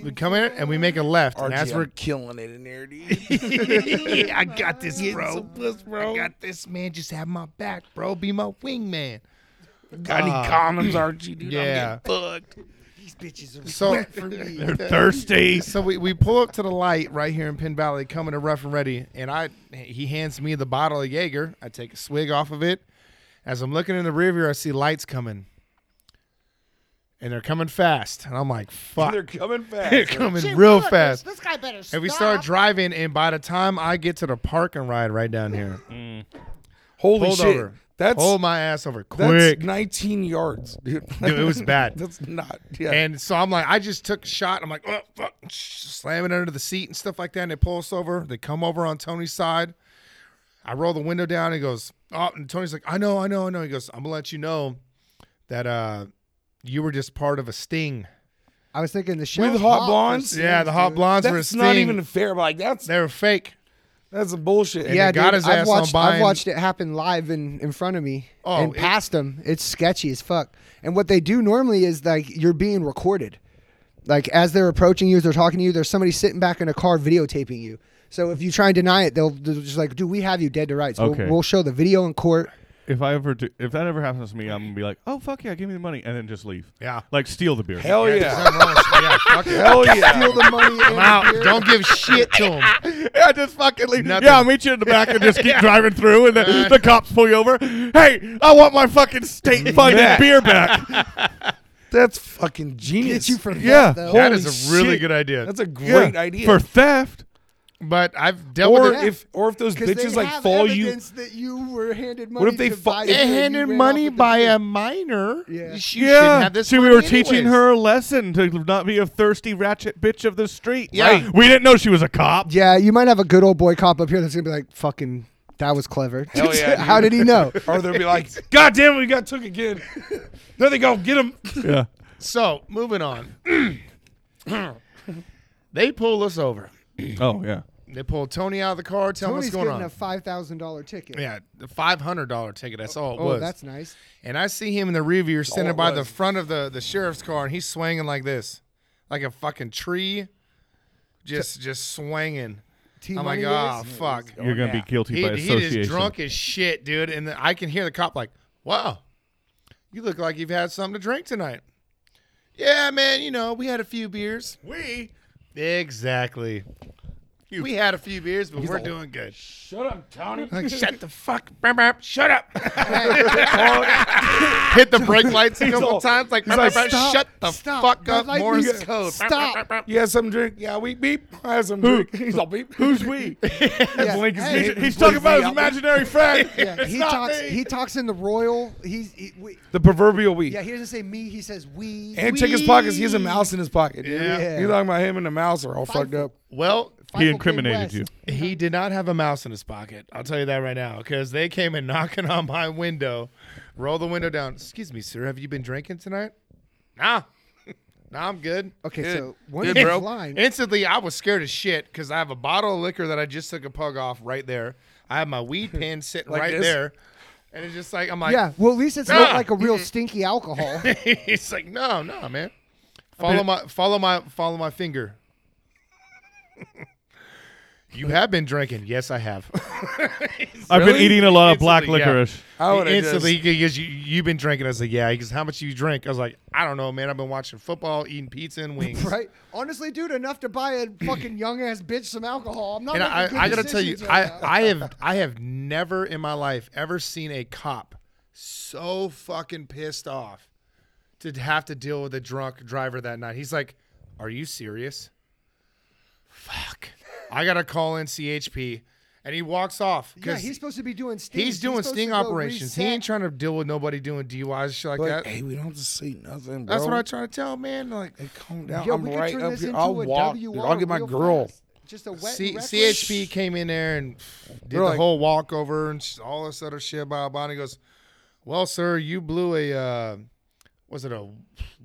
S3: we come in and we make a left, and
S1: RG,
S3: as we're
S1: I'm killing it in there, dude.
S3: I got this, bro. I got this, man. Just have my back, bro. Be my wingman.
S1: Got any condoms, RG, dude?
S3: yeah.
S1: Fucked.
S3: So,
S5: They're thirsty.
S3: so we, we pull up to the light right here in Pin Valley, coming to Rough and Ready, and I he hands me the bottle of Jaeger. I take a swig off of it. As I'm looking in the rearview, I see lights coming, and they're coming fast, and I'm like, "Fuck,
S1: They're coming
S3: they're
S1: fast.
S3: coming real fast."
S2: This guy better stop.
S3: And we start driving, and by the time I get to the parking ride right down here,
S1: Holy
S3: hold
S1: shit.
S3: over.
S1: That's
S3: hold my ass over
S1: that's
S3: quick.
S1: 19 yards, dude.
S3: Dude, it was bad.
S1: that's not. Yeah.
S3: And so I'm like, I just took a shot. I'm like, oh, fuck, slam it under the seat and stuff like that. And they pull us over. They come over on Tony's side. I roll the window down. He goes, oh, and Tony's like, I know, I know, I know. He goes, I'm going to let you know that uh, you were just part of a sting.
S2: I was thinking the shit.
S1: With hot blondes.
S3: Yeah, the hot blondes were a
S1: That's
S3: sting.
S1: not even fair. Like that's
S3: they were fake.
S1: that's a bullshit.
S3: Yeah,
S2: Yeah,
S3: they got
S2: dude,
S3: his
S2: I've
S3: ass on
S2: watched. I've
S3: buying-
S2: watched it happen live in, in front of me
S3: Oh,
S2: and
S3: it-
S2: past them. It's sketchy as fuck. And what they do normally is like you're being recorded, like as they're approaching you, as they're talking to you. There's somebody sitting back in a car videotaping you. So if you try and deny it, they'll, they'll just like, "Dude, we have you dead to rights.
S5: Okay.
S2: We'll, we'll show the video in court.
S5: if I ever do, if that ever happens to me, I'm gonna be like, oh fuck yeah, give me the money, and then just leave.
S3: Yeah.
S5: Like steal the beer.
S1: Hell
S3: There's
S1: yeah.
S3: nothing wrong with- yeah, fuck it.
S4: Oh,
S1: Hell yeah.
S2: Steal the money.
S3: I'm out. Don't give shit to him.
S5: yeah, just fucking leave.
S3: Nothing.
S5: Yeah, I'll meet you in the back and just keep driving through, and the, the cops pull you over. Hey, I want my fucking state funded beer back.
S1: That's fucking genius.
S2: get you for
S5: Yeah.
S2: that. Though.
S3: That
S1: Holy
S3: is a really
S1: shit.
S3: good idea.
S1: That's a great
S5: Yeah,
S1: idea.
S5: for theft.
S3: but I've dealt
S1: or
S3: with it.
S1: if or if those
S2: 'Cause they
S1: bitches like
S2: have
S1: follow you.
S2: evidence that you were handed money.
S1: if they
S2: to
S1: fo-
S2: buy
S1: They
S2: the beer
S3: If
S2: you
S3: handed
S2: ran off
S3: money
S2: with the
S3: by
S2: beer.
S3: a minor.
S2: Yeah.
S3: She shouldn't
S5: Yeah.
S3: have this
S5: See, we were
S3: money
S5: teaching
S3: anyways.
S5: her a lesson to not be a thirsty ratchet bitch of the street.
S3: Yeah. Right.
S5: We didn't know she was a cop.
S2: Yeah, you might have a good old boy cop up here that's gonna be like, "Fucking, that was clever."
S1: Hell yeah,
S2: How
S1: dude.
S2: did he know?
S1: Or they'll be like, God damn it, we got took again. there they go, get them.
S5: Yeah.
S3: So moving on. they pull us over.
S5: Oh yeah.
S3: They pull Tony out of the car.
S2: Tony's
S3: Tell him what's
S2: getting
S3: going
S2: a
S3: on.
S2: five thousand dollar ticket.
S3: Yeah, the five hundred dollar ticket. That's all it
S2: Oh,
S3: was.
S2: that's nice.
S3: and I see him in the rearview, standing
S1: it
S3: by
S1: was.
S3: the front of the the sheriff's car, and he's swinging like this, like a fucking tree, just just swinging.
S2: T
S3: I'm like,
S2: Money
S3: oh
S2: is-
S3: fuck.
S5: You're gonna be guilty
S3: He,
S5: by
S3: he
S5: association.
S3: is drunk as shit, dude. And I can hear the cop like, "Wow, you look like you've had something to drink tonight." Yeah, man. You know, we had a few beers. We exactly. We had a few beers, but we're doing good.
S1: Shut up, Tony.
S3: Like, shut the fuck, burp, burp, shut up. Hit the brake lights a couple
S1: all-
S3: times. Like, burp,
S1: like,
S3: burp,
S1: "Stop,
S3: shut the
S2: stop,
S3: fuck
S2: red
S3: up,
S2: light
S3: Morse
S2: music,
S3: code. Burp,
S2: stop.
S3: burp, burp, burp.
S1: You had some drink? Yeah, we beep. I had some drink. He's all beep. Who's we?
S2: Yeah.
S1: Blink is
S2: Hey,
S1: He's-
S5: He's talking about his
S1: Yeah.
S5: imaginary friend.
S2: yeah, he talks. He talks in the royal. He's he, we,
S1: The proverbial we.
S2: yeah. He doesn't say me. He says we.
S1: and check his pockets. He has a mouse in his pocket. dude.
S2: Yeah.
S1: You talking about him and the mouse are all fucked up.
S3: Well,
S2: Michael
S5: He
S2: Kidd
S5: incriminated
S2: West.
S5: you.
S1: Uh-huh.
S3: He did not have a mouse in his pocket. I'll tell you that right now because they came in knocking on my window. Roll the window down. Excuse me, sir. Have you been drinking tonight? Nah. nah, I'm good.
S2: Okay,
S3: Good.
S2: so one
S3: Good,
S2: of
S3: bro.
S2: his line.
S3: Instantly, I was scared as shit because I have a bottle of liquor that I just took a pug off right there. I have my weed pen sitting
S1: Like
S3: right
S1: this?
S3: there. And it's just like, I'm like,
S2: yeah, well, at least it's
S3: Ah!
S2: not like a real stinky alcohol.
S3: it's like, no, no, man. Follow my, follow my, follow my finger. you have been drinking. Yes, I have.
S5: I've been
S1: Really?
S5: eating a lot of
S3: Instantly,
S5: black
S3: yeah.
S5: licorice.
S1: I
S3: He
S1: would've
S3: instantly he goes, you, you've been drinking. I was like, yeah. He goes, how much do you drink? I was like, I don't know, man. I've been watching football, eating pizza and wings.
S2: Right? Honestly, dude, enough to buy a fucking young ass bitch some alcohol. I'm not.
S3: And I,
S2: making good
S3: I gotta tell you,
S2: decisions right now.
S3: I, I have I have never in my life ever seen a cop so fucking pissed off to have to deal with a drunk driver that night. He's like, "Are you serious? Fuck! I gotta call in CHP." And he walks off
S2: yeah,
S3: because
S2: he's supposed to be doing sting.
S3: he's, doing sting operations. He ain't trying to deal with nobody doing DUIs and shit like
S1: Like,
S3: that.
S1: hey, we don't have to say nothing, bro.
S3: That's what I try to tell, man. Like
S1: Hey, calm down.
S2: Yo,
S1: I'm
S2: we could
S1: right
S2: turn
S1: up
S2: this
S1: here.
S2: into
S1: I'll
S2: a
S1: walk. dude.
S2: WR
S1: I'll get my
S2: real
S1: girl.
S2: fast. Just a wet
S3: C-
S2: record.
S3: CHP came in there and did
S1: They're
S3: the
S1: like-
S3: whole walkover and sh- all this other shit. Blah blah. And he goes, "Well, sir, you blew a uh, was it a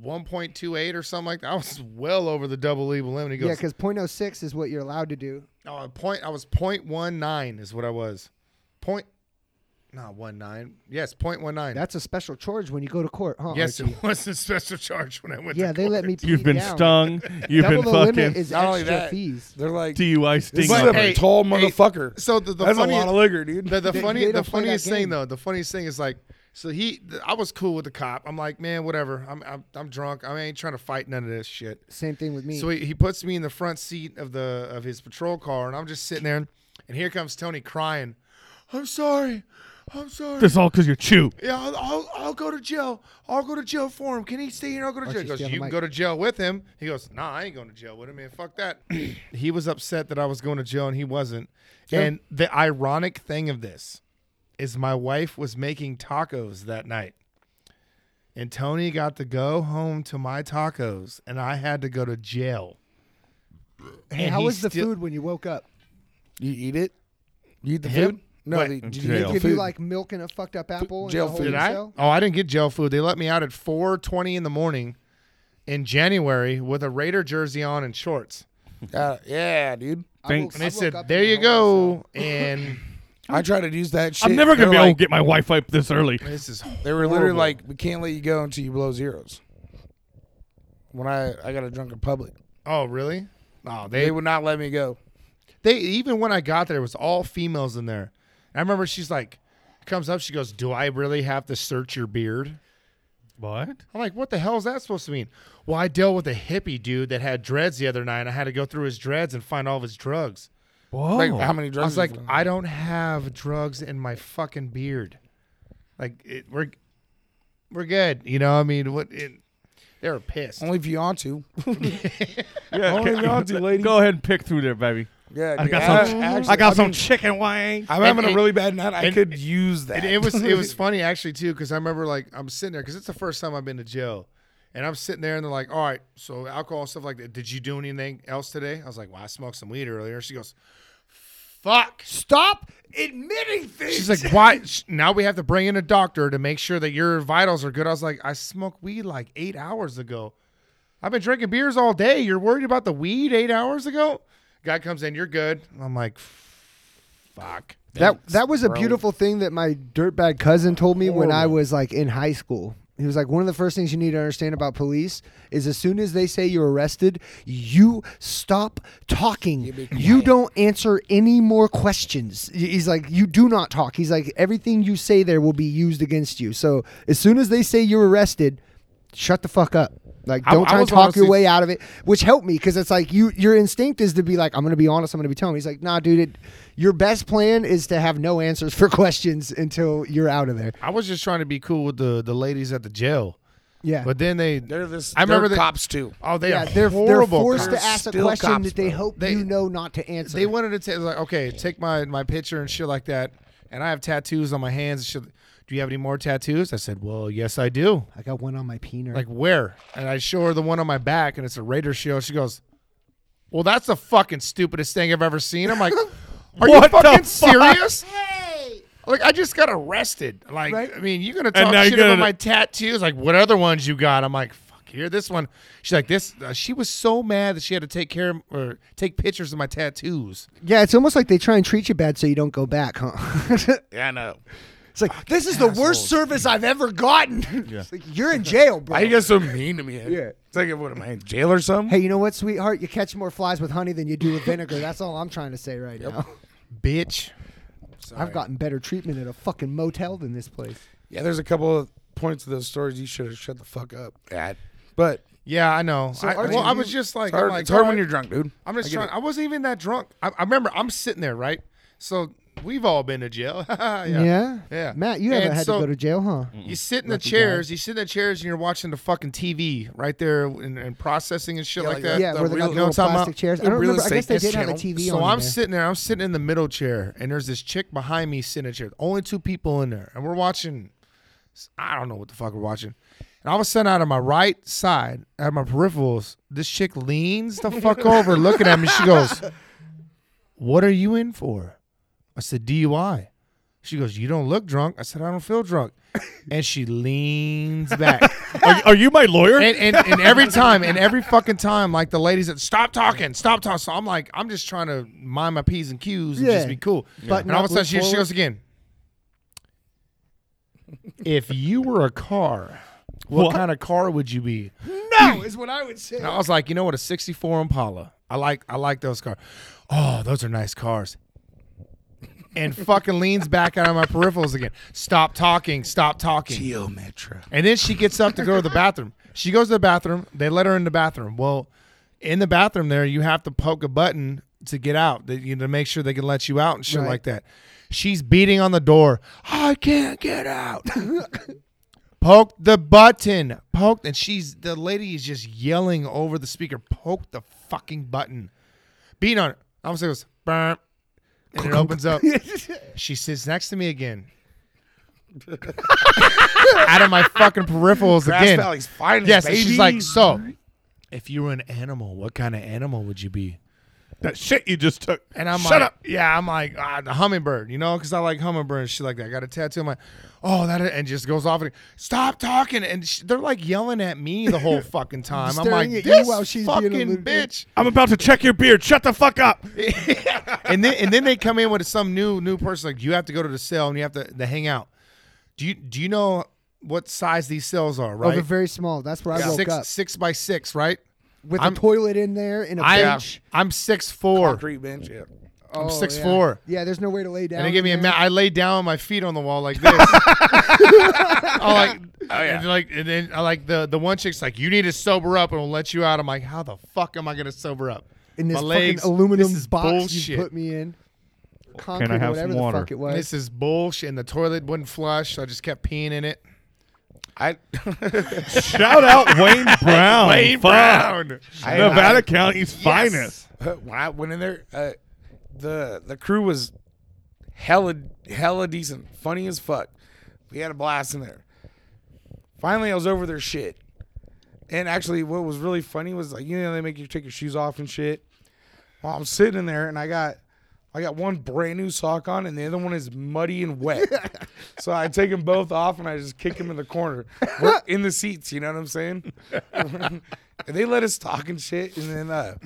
S3: 1.28 or something like that? I was well over the double legal limit." He
S2: Yeah,
S3: goes,
S2: because .06 is what you're allowed to do.
S3: "No, a point. I was point one nine is what I was. Point, not one nine. Yes, point one nine.
S2: That's a special charge when you go to court, huh?
S3: yes,
S2: Archie?
S3: it was a special charge when I went.
S2: Yeah,
S3: to
S2: they let me.
S5: You've
S2: plead
S5: been
S2: down.
S5: stung. You've
S2: Double
S5: been
S2: the limit
S5: fucking
S2: is
S1: Not only
S2: extra
S1: that,
S2: fees.
S1: They're like,
S5: DUI
S1: this is
S5: stinking.
S1: a
S3: Hey,
S1: tall
S3: hey,
S1: motherfucker.
S3: So the, the
S1: That's
S3: funny,
S1: a lot of liquor, dude.
S3: The, the
S2: They-
S3: funny,
S2: they
S3: the
S2: don't play that
S3: funniest
S2: game.
S3: thing though, the funniest thing is like, so he, th- I was cool with the cop. I'm like, man, whatever. I'm, I'm, I'm drunk. I ain't trying to fight none of this shit.
S2: Same thing with me.
S3: So he, he puts me in the front seat of the of his patrol car, and I'm just sitting there, and, and here comes Tony crying. I'm sorry, I'm sorry.
S5: This all because you're chew.
S3: yeah, I'll, I'll, I'll go to jail. I'll go to jail for him. Can he stay here? I'll go to jail. He
S2: Archie,
S3: goes,
S2: stay on
S3: you
S2: the
S3: can
S2: mic.
S3: go to jail with him. He goes, nah, I ain't going to jail with him, man. Fuck that. he was upset that I was going to jail and he wasn't. And the ironic thing of this is my wife was making tacos that night. And Tony got to go home to my tacos and I had to go to jail.
S2: Hey,
S3: And
S2: how
S3: he
S2: was the
S3: still-
S2: food when you woke up?
S1: you eat it? You eat the
S3: Him?
S1: food? No,
S3: Wait,
S1: they, did
S5: jail.
S1: you eat the
S2: Give
S1: food?
S2: you like milk and a fucked up apple? and
S1: jail
S2: a whole
S1: food.
S3: Did I?
S2: cell?
S3: Oh, I didn't get jail food. They let me out at 4:20 in the morning in January with a Raider jersey on and shorts.
S1: Uh, yeah, dude.
S2: I woke-
S5: Thanks.
S2: I
S3: And they
S2: woke
S3: said,
S2: up
S3: "There
S2: in the
S3: you
S2: whole
S3: go." And
S1: I tried to use that shit.
S5: I'm never gonna
S1: They're
S5: be able
S1: like,
S5: to get my Wi-Fi up this early.
S3: this is
S1: They were literally like, we can't let you go until you blow zeros. When I, I got a drunk in public,
S3: oh really? Oh,
S1: they
S3: they
S1: would not let me go.
S3: they even when I got there, it was all females in there. I remember she's like, comes up. She goes, "Do I really have to search your beard?"
S5: What?
S3: I'm like, "What the hell is that supposed to mean?" Well, I dealt with a hippie dude that had dreads the other night, and I had to go through his dreads and find all of his drugs.
S5: Whoa.
S1: Like, how many
S3: I
S1: drugs?
S3: was like,
S1: is it?
S3: "I don't have drugs in my fucking beard." Like, it, we're we're good. You know, I mean, what? It, they were pissed.
S1: only if you want to.
S5: yeah,
S1: only
S5: okay.
S1: if you want to, lady.
S5: Go ahead and pick through there, baby.
S1: Yeah,
S5: I
S1: dude,
S5: got some.
S1: actually,
S5: I got
S1: I've
S5: some
S1: been-
S5: chicken wing.
S1: I'm having a
S3: and-
S1: really bad night. I
S3: and-
S1: could use that.
S3: And it was it was funny actually too because I remember like I'm sitting there because it's the first time I've been to jail, and I'm sitting there and they're like, all right, so alcohol and stuff like that. Did you do anything else today? I was like, well, I smoked some weed earlier. She goes, fuck.
S2: Stop admitting things.
S3: She's like, why? sh- Now we have to bring in a doctor to make sure that your vitals are good. I was like, I smoked weed like eight hours ago. I've been drinking beers all day. You're worried about the weed eight hours ago? Guy comes in, you're good. I'm like, fuck.
S2: That that was a beautiful thing that my dirtbag cousin told me when I was like in high school. He was like, one of the first things you need to understand about police is as soon as they say you're arrested, you stop talking. You don't answer any more questions. Y- He's like, you do not talk. He's like, everything you say there will be used against you. So as soon as they say you're arrested, shut the fuck up. Like,
S3: I-
S2: don't
S3: I
S2: try and
S3: was
S2: talk your
S3: honestly-
S2: way out of it, which helped me because it's like you, your instinct is to be like, I'm gonna be honest, I'm gonna be telling. He's like, Nah, dude, it, your best plan is to have no answers for questions until you're out of there.
S3: I was just trying to be cool with the, the ladies at the jail.
S2: Yeah,
S3: But then they,
S1: They're this.
S3: I remember
S1: they're
S3: that-
S1: cops too.
S3: oh, they
S2: yeah,
S3: are
S2: they're they're
S3: horrible.
S2: forced
S3: cops.
S2: to ask a
S1: Still
S2: question
S1: cops,
S2: that they
S1: bro.
S2: hope
S3: They-
S2: you know not to answer.
S3: They wanted to take like, okay, take my my picture and shit like that. And I have tattoos on my hands. and shit. Do you have any more tattoos? I said, well, yes, I do.
S2: I got one on my peener.
S3: Like where? And I show her the one on my back, and it's a Raider shield. She goes, "Well, that's the fucking stupidest thing I've ever seen." I'm like, "Are you
S5: What the
S3: fucking
S5: fuck?
S3: serious?" Like I just got arrested. Like I mean, you're gonna talk
S5: now
S3: shit
S5: you're gonna-
S3: about my tattoos. Like what other ones you got? I'm like, "Fuck here, this one." She's like, "This." Uh, she was so mad that she had to take care of, or take pictures of my tattoos.
S2: yeah, it's almost like they try and treat you bad so you don't go back, huh?
S1: Yeah, I know.
S2: it's like this is the worst service I've ever gotten. It's like, you're in jail, bro.
S1: Why you guys so mean to me?
S2: Yeah.
S1: It's like, what am I in jail or something?
S2: Hey, you know what, sweetheart? You catch more flies with honey than you do with vinegar. That's all I'm trying to say right now.
S3: Bitch.
S2: I've gotten better treatment at a fucking motel than this place.
S1: Yeah, there's a couple of points of those stories you should have shut the fuck up at. But
S3: Yeah, I know. I,
S1: Archie,
S3: well, I
S1: you-
S3: was just like,
S1: it's hard,
S3: I'm like,
S1: it's hard when
S3: "Alright."
S1: you're drunk, dude.
S3: I'm just
S1: I get
S3: trying.
S1: it.
S3: I wasn't even that drunk. I, I remember I'm sitting there, right? So we've all been to jail. yeah.
S2: Yeah.
S3: Yeah.
S2: Matt, you
S3: And
S2: haven't had
S3: so- Mm.
S2: to go to jail, huh?
S3: You sit in the chairs. You sit in the chairs, and you're watching the fucking TV right there, and, and processing and shit
S1: Yeah,
S3: like
S1: like
S3: that.
S2: yeah,
S1: the
S2: where they
S1: real-
S2: got
S1: you know what
S2: little
S1: I'm talking
S2: plastic
S1: about?
S2: chairs. I
S1: The
S2: don't
S1: real
S2: remember. I guess
S1: estate
S2: they did
S1: disc
S2: have a
S1: channel.
S2: TV
S3: So
S2: on.
S3: I'm
S2: there.
S3: sitting there. I'm sitting in the middle chair, and there's this chick behind me sitting in a chair. Only two people in there, and we're watching. I don't know what the fuck we're watching. And all of a sudden, out of my right side, out of my peripherals, this chick leans the fuck over, looking at me. She goes, "What are you in for?" I said, "DUI." She goes, "You don't look drunk." I said, "I don't feel drunk," and she leans back.
S5: Are, are you my lawyer?
S3: and, and, and every time, and every fucking time, like the ladies that stop talking, stop talking. So I'm like, I'm just trying to mind my p's and q's and
S2: Yeah.
S3: just be cool.
S2: Button
S3: and all
S2: up,
S3: of a sudden,
S2: look
S3: she, she
S2: forward.
S3: goes again. If you were a car, what,
S5: What?
S3: kind of car would you be?
S2: No, is what I would say.
S3: And I was like, you know what, a '64 Impala. I like, I like those cars. Oh, those are nice cars. And fucking leans back out of my peripherals again. Stop talking. Stop talking.
S1: Geo Metro.
S3: And then she gets up to go to the bathroom. She goes to the bathroom. They let her in the bathroom. Well, in the bathroom there, you have to poke a button to get out, that- you know, to make sure they can let you out and shit
S2: Right.
S3: like that. She's beating on the door. I can't get out. poke the button. Poke. And she's the lady is just yelling over the speaker. Poke the fucking button. Beating on it. All of a sudden it goes, "Burp," and it opens up. She sits next to me again. Out of my fucking peripherals
S1: Grass
S3: again.
S1: Valley's finest,
S3: yes,
S1: baby.
S3: and she's like, so if you were an animal, what kind of animal would you be?
S5: that shit you just took.
S3: And I'm
S5: Shut
S3: like,
S5: up.
S3: yeah, I'm like, ah, the hummingbird, you know, because I like hummingbird and shit like that. I got a tattoo. I'm like, oh, that, and just goes off and stop talking. And sh- they're like yelling at me the whole fucking time. I'm
S2: Staring
S3: like,
S2: at you
S3: this
S2: while she's being a
S3: fucking
S2: little bitch.
S3: bitch.
S5: I'm about to check your beard. Shut the fuck up.
S3: and then and then they come in with some new new person like you have to go to the cell and you have to the hang out. Do you do you know what size these cells are?
S2: Oh,
S3: Right,
S2: they're very small. That's where I woke
S3: six
S2: up
S3: six by six, right?
S2: with
S3: I'm-
S2: a toilet in there and a
S3: I
S2: bench.
S3: I'm six four.
S1: Concrete bench. Yeah.
S2: Oh,
S3: I'm six
S2: yeah.
S3: four.
S2: Yeah, there's no way to lay down.
S3: And they gave
S2: in
S3: me a
S2: there.
S3: mat. I laid down on my feet on the wall like this. I like, and like, and then I like the the one chick's like, "You need to sober up, and we'll let you out." I'm like, "How the fuck am I gonna sober up?"
S2: in this
S3: my
S2: fucking
S3: legs,
S2: aluminum
S3: this is
S2: box
S3: bullshit.
S2: you put me in. Or Concrete,
S5: I
S2: or
S5: have some
S2: whatever
S5: water?
S2: the fuck it was.
S3: This is bullshit. And the toilet wouldn't flush, so I just kept peeing in it.
S1: I,
S5: Shout out Wayne Brown.
S3: Wayne
S5: Fuck.
S3: Brown.
S1: I
S5: Nevada County's finest.
S1: when I went in there, uh, the the crew was hella hella decent, funny as fuck. We had a blast in there. Finally, I was over their shit. And actually, what was really funny was like you know they make you take your shoes off and shit. Well, I'm sitting in there and I got I got one brand new sock on and the other one is muddy and wet. so I take them both off and I just kick them in the corner. We're in the seats, you know what I'm saying? and they let us talk and shit. And then uh,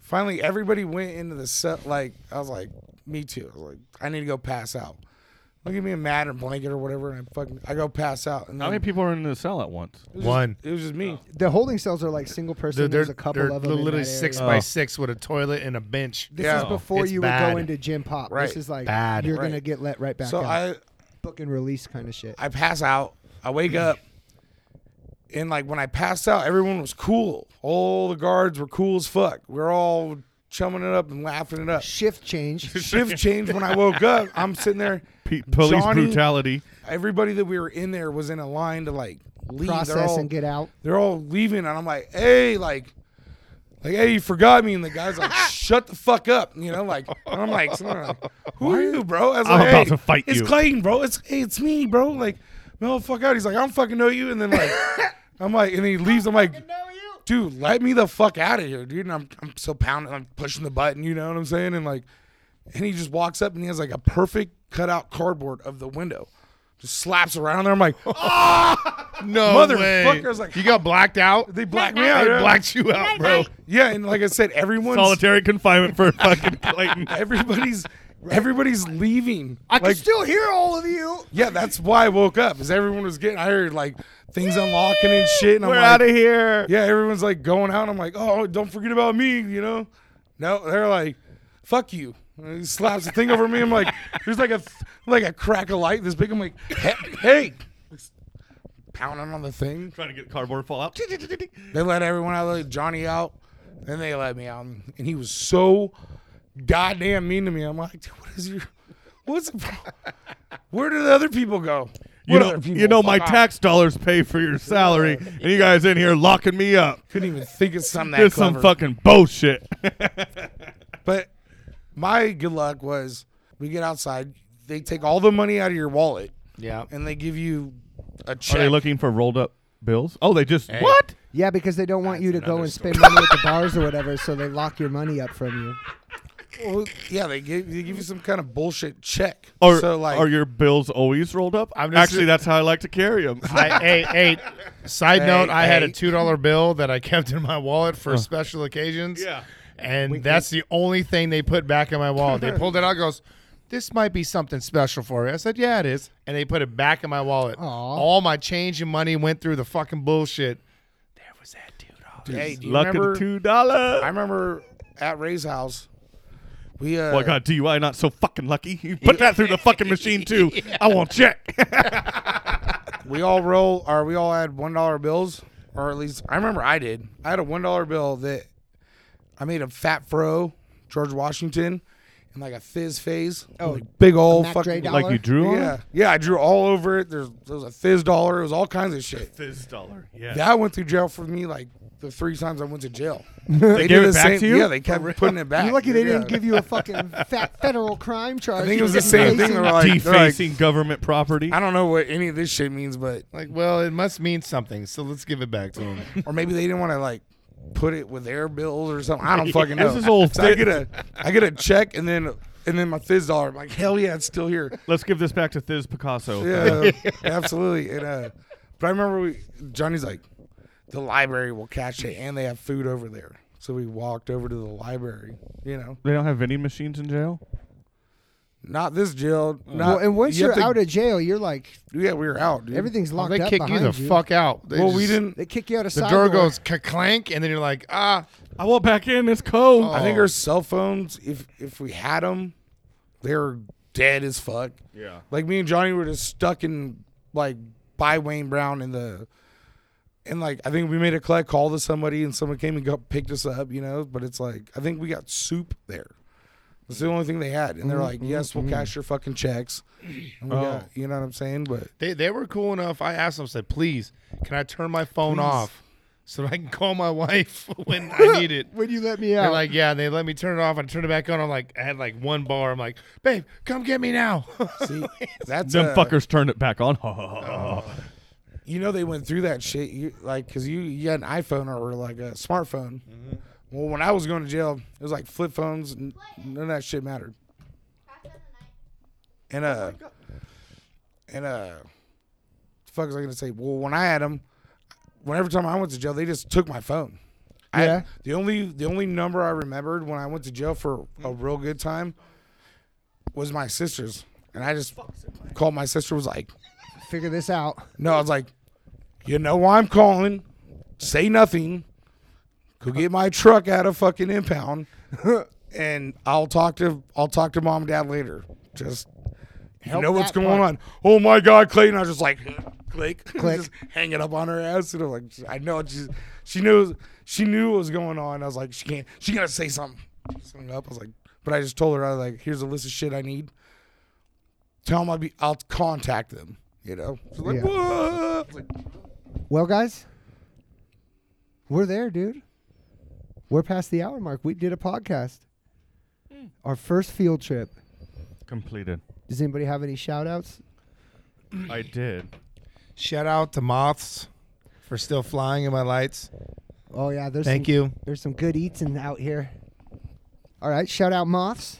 S1: finally everybody went into the set. Like I was like, me too. I was like, I need to go pass out. They'll give me a mat or blanket or whatever, and I fucking I go pass out. And then
S5: How many people are in the cell at once?
S1: it was
S3: One.
S1: Just, it was just me.
S2: the holding cells are like single person.
S3: They're,
S2: There's
S3: they're-
S2: a couple
S3: they're
S2: of them. in
S3: literally
S2: that area.
S3: six
S5: area.
S3: by
S5: Oh.
S3: six with a toilet and a bench.
S2: This
S1: Yeah.
S2: is before
S3: It's
S2: you
S3: bad.
S2: would go into gym pop.
S1: Right.
S2: This is like
S3: Bad.
S2: you're
S1: Right.
S2: gonna get let right back
S1: So
S2: out.
S1: I
S2: Book and release kind of shit.
S1: I pass out. I wake up. And like when I passed out, everyone was cool. All the guards were cool as fuck. We are all chumming it up and laughing it up.
S2: Shift change.
S1: Shift changed when I woke up. I'm sitting there.
S5: P- police
S1: Johnny-
S5: brutality.
S1: Everybody that we were in there was in a line to like leave. They're
S2: Process
S1: all,
S2: and get out.
S1: They're all leaving, and I'm like, hey, like, like, hey, you forgot me. And the guy's like, shut the fuck up. You know, like, and I'm like, so I'm like, who are you, bro? I was
S5: I'm
S1: like, "Hey,
S5: about to fight
S1: It's
S5: you."
S1: Clayton, bro. It's hey, it's me, bro. Like, no, fuck out. He's like, I don't fucking know you. And then like, I'm like, and then he leaves. I'm like, dude, let me the fuck out of here, dude. And I'm I'm so pounding, I'm pushing the button. You know what I'm saying? And like, and he just walks up and he has like a perfect cutout cardboard of the window. Just slaps around there. I'm like,
S3: No way.
S1: Motherfuckers, like-
S3: you got blacked out.
S1: they blacked me
S3: They
S1: out. yeah.
S3: blacked you out, bro.
S1: Yeah, and like I said, everyone's
S5: Solitary confinement for fucking Clayton.
S1: everybody's everybody's leaving.
S2: I can
S1: like,
S2: still hear all of you.
S1: yeah, that's why I woke up. Is everyone was getting I heard like things unlocking and shit. And
S5: We're
S1: I'm
S5: out
S1: like,
S5: of here.
S1: yeah, everyone's like going out. And I'm like, oh, don't forget about me, you know? No, they're like, fuck you. And he slaps the thing over me. I'm like, there's like a th- like a crack of light this big. I'm like, hey, hey. pounding on the thing.
S5: Trying to get cardboard fall out.
S1: They let everyone out, let Johnny out, then they let me out, and he was so goddamn mean to me. I'm like, dude, what is your, what's, the pro- where did the other people go?
S5: You
S1: What
S5: know,
S1: other people?
S5: you know, my
S1: Fuck off.
S5: tax dollars pay for your salary, and you guys in here locking me up.
S1: Couldn't even think of something that
S5: This
S1: clever.
S5: some fucking bullshit.
S1: But my good luck was we get outside, they take all the money out of your wallet,
S3: Yeah.
S1: and they give you a check.
S5: Are they looking for rolled up bills? Oh, they just what?
S2: Yeah, because they don't want you to
S1: That's
S2: go
S1: another
S2: and spend money at the bars or whatever, so they lock your money up from you.
S1: Well, yeah, they give they give you some kind of bullshit check.
S5: Or
S1: so like,
S5: are your bills always rolled up?
S3: I'm just-
S5: Actually, that's how I like to carry them.
S3: I, hey, hey. Side
S1: Hey,
S3: note: I had a
S1: hey.
S3: two dollar bill that I kept in my wallet for special occasions.
S5: Yeah.
S3: and that's the only thing they put back in my wallet. they pulled it out. Goes, this might be something special for you. I said, yeah, it is. And they put it back in my wallet. All my change and money went through the fucking bullshit. There was that two dollars.
S1: hey, do you
S5: Luck
S1: remember?
S5: of two dollars.
S1: I remember at Ray's house, we uh,
S5: Oh my god, DUI not so fucking lucky. You put that through the fucking machine too. I won't check.
S1: we all roll or we all had one dollar bills or at least i remember i did i had a one dollar bill that i made a fat fro george washington and like a fizz phase oh big old
S2: Mac Dre
S1: fucking
S2: dollar? Like you
S5: drew
S1: yeah yeah i drew all over it there's there was a fizz dollar it was all kinds of shit
S5: This dollar. Yeah.
S1: that went through jail for me like the three times i went to jail they
S5: gave
S1: did
S5: it back to you?
S1: yeah they kept putting it back
S2: You're lucky they
S1: Yeah.
S2: didn't give you a fucking fat federal crime charge.
S1: i think it was the
S2: for
S1: same thing
S2: defacing-
S1: they were like, they're like
S5: Defacing government property.
S1: i don't know what any of this shit means but
S3: Like, well, it must mean something. So let's give it back to him.
S1: or maybe they didn't want to like put it with their bills or something. I don't fucking know.
S5: This is old
S1: So I
S5: fit.
S1: get a I get a check and then and then my fizz dollar. I'm like hell yeah, it's still here.
S5: Let's give this back to Thiz Picasso.
S1: Yeah, absolutely. And uh, but I remember we Johnny's like the library will catch it and they have food over there. So we walked over to the library. You know,
S5: They don't have vending machines in jail.
S1: Not this jail. Not,
S2: well, and once
S1: you
S2: you're
S1: have to-
S2: out of jail, you're like
S1: yeah, we were out. Dude.
S2: everything's locked
S3: they
S2: up.
S3: kick you
S2: behind
S3: the fuck out. They
S1: Well, we
S3: just-
S1: didn't.
S2: They kick you out of
S3: The
S2: side
S3: door goes clank, and then you're like, ah,
S5: I want back in. It's cold.
S1: I think
S3: Oh.
S1: our cell phones, if if we had them, they were dead as fuck.
S5: Yeah.
S1: Like me and Johnny were just stuck in like by Wayne Brown in the, and like I think we made a collect call to somebody and someone came and got, picked us up, you know. But it's like I think we got soup there. That's the only thing they had, and they're like,
S5: Mm-hmm,
S1: "Yes, we'll cash your fucking checks." And we
S5: Oh.
S1: got, you know what I'm saying? But
S3: they, they were cool enough. I asked them, said, please, can I turn my phone off so that I can call my wife when I need it?
S2: When you let me out,
S3: They're like, yeah, and they let me turn it off. I turned it back on. I'm like, I had like one bar. I'm like, babe, come get me now.
S1: see, that's
S5: Them
S1: uh,
S5: fuckers turned it back on. Ha, ha, ha, ha,
S1: Oh.
S5: ha.
S1: you know they went through that shit you like because you, you had an iphone or like a smartphone well when i was going to jail it was like flip phones n- none of that shit mattered and uh and uh the fuck was i gonna say well when i had them whenever time i went to jail they just took my phone I,
S2: Yeah.
S1: had- the only the only number i remembered when i went to jail for a real good time was my sister's and i just called my sister was like
S2: figure this out.
S1: no, I was like, you know why I'm calling. Say nothing. Go get my truck out of fucking impound, and I'll talk to I'll talk to mom and dad later. Just you know what's
S2: that
S1: going
S2: part.
S1: on. Oh my god, Clayton! I was just like, click,
S2: Click.
S1: just hanging up on her ass, and I'm like, I know it. She's, she knew she knew what was going on. I was like, she can't. She gotta say something. Just hung up. I was like, but I just told her I was like, here's a list of shit I need. Tell them I'll be. I'll contact them. You know. She's like,
S2: Yeah.
S1: what? It's like,
S2: Well, guys, we're there, dude. We're past the hour mark. We did a podcast. Our first field trip.
S5: Completed.
S2: Does anybody have any shout outs?
S5: I did.
S3: Shout out to moths for still flying in my lights.
S2: Oh yeah, there's
S3: Thank
S2: some,
S3: you.
S2: There's some good eats in out here. All right, shout out moths.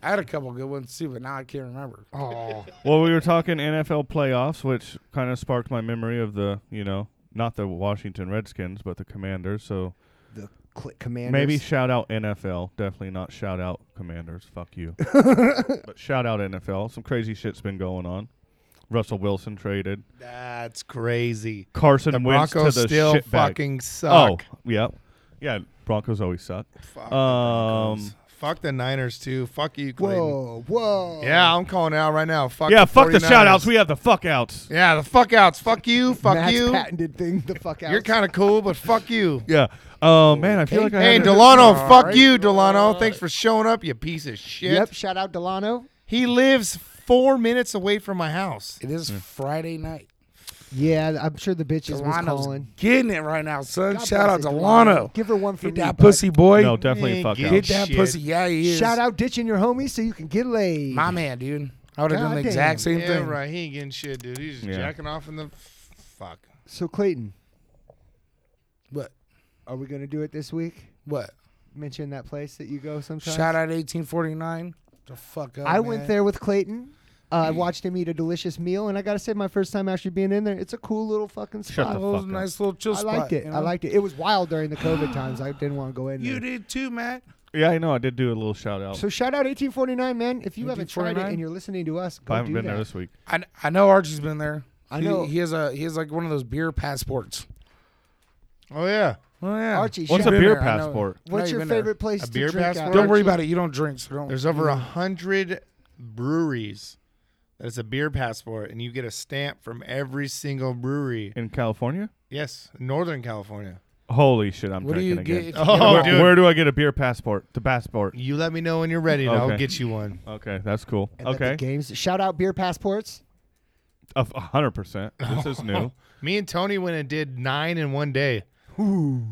S1: I had a couple good ones too, but now I can't remember.
S2: Oh,
S5: Well, we were talking NFL playoffs, which kind of sparked my memory of the, you know, not the Washington Redskins, but the Commanders. So
S2: the click commanders.
S5: maybe shout out NFL. Definitely not shout out Commanders. Fuck you. but shout out NFL. Some crazy shit's been going on. Russell Wilson traded.
S3: That's crazy.
S5: Carson
S3: The
S5: Wentz to
S3: Broncos
S5: the
S3: still
S5: shitbag.
S3: fucking suck.
S5: Oh, yep. Yeah, Broncos always suck.
S3: Fuck,
S5: Um,
S3: the fuck the Niners too. Fuck you, Clayton.
S2: Whoa, whoa.
S3: Yeah, I'm calling out right now. Fuck
S5: yeah, fuck the
S3: 49ers.
S5: shout outs. We have the fuck outs.
S3: yeah, the fuck outs. Fuck you. Fuck
S2: Matt's
S3: you.
S2: patented thing. The fuck out.
S3: You're kind of cool, but fuck you.
S5: Yeah. Oh, man, I feel like I
S3: Hey,
S5: had-
S3: Delano, fuck you, Delano. Thanks for showing up, you piece of shit.
S2: Yep. Shout out Delano.
S3: He lives four minutes away from my house.
S1: It
S5: Hmm.
S1: is Friday night.
S2: Yeah, I'm sure the bitches was
S1: Delano's
S2: calling.
S1: getting it right now, son.
S2: God
S1: Shout out
S2: bless it,
S1: Delano.
S2: Give her one for
S1: Get
S2: me,
S1: that
S2: bud.
S1: pussy boy.
S5: No, definitely
S3: Man,
S5: fuck
S3: get
S5: outs.
S1: Get that
S3: Shit.
S1: pussy. Yeah, he is.
S2: Shout out ditching your homies so you can get laid.
S1: my man, dude. I would have done the
S2: Goddamn.
S1: exact same
S3: Yeah,
S1: thing.
S3: right. He ain't getting shit, dude. He's just
S5: Yeah.
S3: jacking off in the f- fuck.
S2: So Clayton,
S1: What?
S2: are we gonna do it this week?
S1: What?
S2: Mention that place that you go sometimes.
S1: Shout out 1849. The fuck up.
S2: I went
S1: man.
S2: there with Clayton. Uh, I watched him eat a delicious meal, and I gotta say, my first time actually being in there, it's a cool little fucking
S5: Shut
S2: spot.
S5: the
S1: It was
S5: fuck
S1: a
S5: up.
S1: nice little chill
S2: I
S1: spot.
S2: liked it.
S1: you
S2: I
S1: know?
S2: liked it. It was wild during the COVID times. I didn't want to go in.
S1: You
S2: there.
S1: did too, Matt.
S5: Yeah, I know. I did do a little shout out.
S2: So shout out 1849, man. If you haven't tried it
S1: 1849?
S2: and you're listening to us, go
S5: I haven't
S2: do
S5: been
S2: that.
S5: there this week.
S1: I, I know Archie's been there.
S2: I
S1: He-
S2: know.
S1: he has a he has like one of those beer passports.
S3: Oh yeah.
S1: Oh yeah.
S2: Archie,
S5: What's
S2: shout-
S5: a
S1: been
S5: beer
S1: there, I know.
S5: passport?
S1: I know you've
S2: what's your
S1: been there.
S2: favorite place
S3: A
S2: to
S3: beer
S2: drink
S3: passport?
S2: out?
S3: Don't
S1: Don't worry about it. You don't drink, so don't.
S3: There's over a hundred breweries that is a beer passport, and you get a stamp from every single brewery.
S5: In California?
S3: Yes, Northern California.
S5: Holy shit, I'm
S1: What do you
S5: drinking
S1: get?
S5: again.
S1: if you
S3: Oh,
S1: get a-
S5: where, where do I get a beer passport? The passport.
S3: You let me know when you're ready, and I'll
S5: Okay.
S3: get you one.
S5: Okay, that's cool.
S2: And let the
S5: Okay,
S2: games. Shout out beer passports.
S5: a f- a hundred percent. This is new.
S3: Me and Tony went and did nine in one day.
S2: Ooh.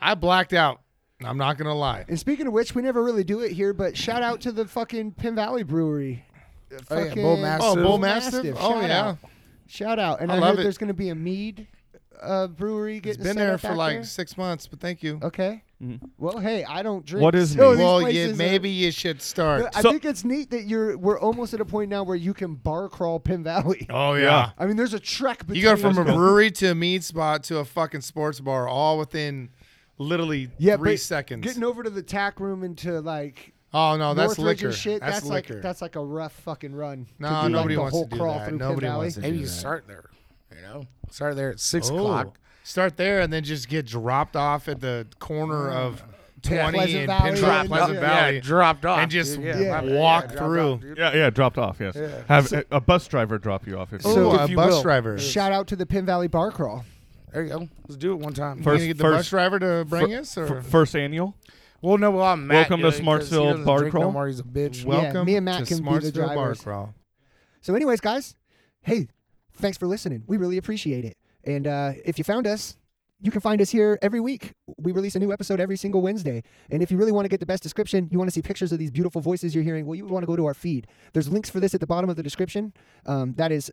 S3: I blacked out. I'm not gonna lie.
S2: And speaking of which, we never really do it here, but shout out to the fucking Pin Valley Brewery.
S1: Oh, yeah,
S2: Fucking-
S1: Bull Mastiff.
S3: Oh, Bull
S2: Mastiff.
S3: Mastiff.
S2: Shout
S3: Oh yeah.
S2: out. Shout out. And
S3: I
S2: I,
S3: love
S2: heard
S3: it.
S2: there's going to be a mead uh, brewery
S3: It's
S2: getting
S3: been
S2: set
S3: there
S2: up
S3: for
S2: back
S3: like
S2: there.
S3: six months, but thank you.
S2: Okay.
S3: Mm.
S2: Well, hey, I don't drink.
S5: What is
S2: so
S5: mead?
S2: Oh, these
S3: Well, you,
S2: places are-
S3: maybe you should start.
S2: Uh, I
S5: So-
S2: think it's neat that you're. We're almost at a point now where you can bar crawl Pin Valley.
S3: Oh yeah.
S2: I mean, there's a trek between.
S3: You go from a brewery to a meat spot to a fucking sports bar, all within literally
S2: yeah,
S3: three
S2: but
S3: seconds.
S2: Getting over to the tack room and to like
S3: Oh no, that's
S2: Northridge
S3: liquor.
S2: And shit,
S3: that's,
S2: that's,
S3: liquor.
S2: Like, that's like a rough fucking run. to
S3: No,
S2: do, like,
S3: nobody
S2: the
S3: wants to
S2: whole
S3: do
S2: crawl
S3: that.
S2: Through
S3: Nobody
S2: Penn
S3: wants
S2: Valley.
S1: Maybe
S3: do
S1: you
S3: that.
S1: start there. You know, start there at six
S3: Oh.
S1: o'clock.
S3: Start there and then just get dropped off at the corner of
S2: Yeah,
S3: twenty
S2: Pleasant
S3: and
S2: Valley
S3: Penn
S2: Drop
S3: Drop, Pleasant
S1: yeah,
S3: Valley,
S1: yeah, dropped off
S3: and just
S1: dude. Yeah, my
S2: Yeah.
S1: bad.
S3: walk
S1: Yeah, dropped
S3: through.
S1: off, dude.
S5: Yeah, yeah, dropped off. Yes,
S1: Yeah.
S5: have a, a bus driver drop you off. If
S3: Ooh,
S5: you
S2: So-
S3: a
S1: if you
S3: bus
S1: will.
S3: driver.
S2: Shout out to the Penn Valley Bar Crawl.
S1: There you go. Let's do it one time.
S3: you
S5: First-
S3: gonna get the bus driver to bring us, or
S5: F- first annual.
S1: Well, no, well, I'm Matt,
S5: Welcome to
S1: you know, 'cause he
S5: Smartsville
S1: doesn't
S5: Bar
S1: drink
S5: Crawl.
S1: No more. He's a bitch.
S3: welcome
S2: me and Matt
S3: to
S2: can be the
S3: Smartsville Bar
S2: drivers.
S3: Crawl.
S2: So, anyways, guys, hey, thanks for listening. We really appreciate it. And uh, if you found us, you can find us here every week. We release a new episode every single Wednesday. And if you really want to get the best description, you want to see pictures of these beautiful voices you're hearing, well, you want to go to our feed. There's links for this at the bottom of the description. Um, that is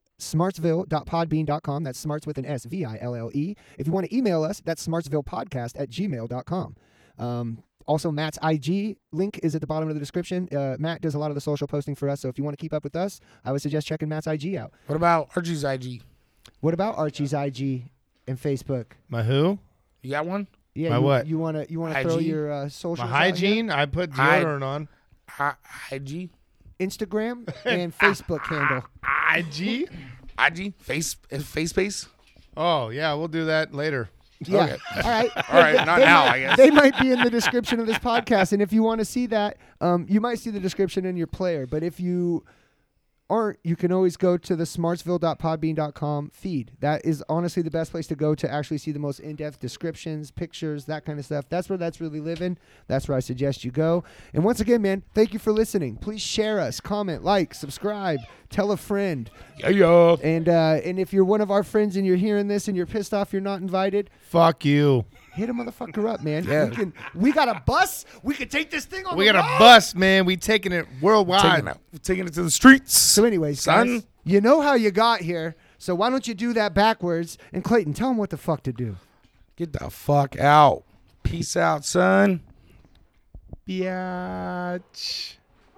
S2: smartsville.podbean.com. That's smarts with an S, V I L L E. If you want to email us, that's smartsvillepodcast at gmail.com. Um, also, Matt's IG link is at the bottom of the description. Uh, Matt does a lot of the social posting for us. So if you want to keep up with us, I would suggest checking Matt's IG out.
S1: What about Archie's IG?
S2: What about Archie's IG and Facebook?
S3: My who?
S1: You got one?
S2: Yeah,
S3: My
S2: you,
S3: what?
S2: You wanna you wanna throw
S1: Hygiene?
S2: your uh, social
S3: My hygiene. I put
S1: Hy-
S3: deodorant on.
S1: Hi- IG,
S2: Instagram and Facebook handle.
S3: IG.
S1: IG, face, eh, face space.
S3: Oh yeah, we'll do that later.
S2: Yeah. All right.
S1: All right, not now, I guess.
S2: They might be in the description of this podcast, and if you want to see that, um, you might see the description in your player. But if you aren't, you can always go to the smartsville.podbean.com feed. That is honestly the best place to go to actually see the most in-depth descriptions, pictures, that kind of stuff. That's where that's really living. That's where I suggest you go. And once again, man, thank you for listening. Please share us, comment, like, subscribe, tell a friend.
S1: Yeah, yeah.
S2: And uh, and if you're one of our friends and you're hearing this and you're pissed off you're not invited,
S3: Fuck you.
S2: hit a motherfucker up, man.
S1: Yeah.
S2: We can we got a bus. We can take this thing on
S3: We
S2: the
S3: got a
S2: road.
S3: bus, man. We taking it worldwide.
S1: Taking it, taking it to the streets.
S2: So anyways,
S1: son.
S2: guys, you know how you got here. So why don't you do that backwards? And Clayton, tell him what the fuck to do.
S1: Get the fuck out. Peace out, son.
S3: Biatch.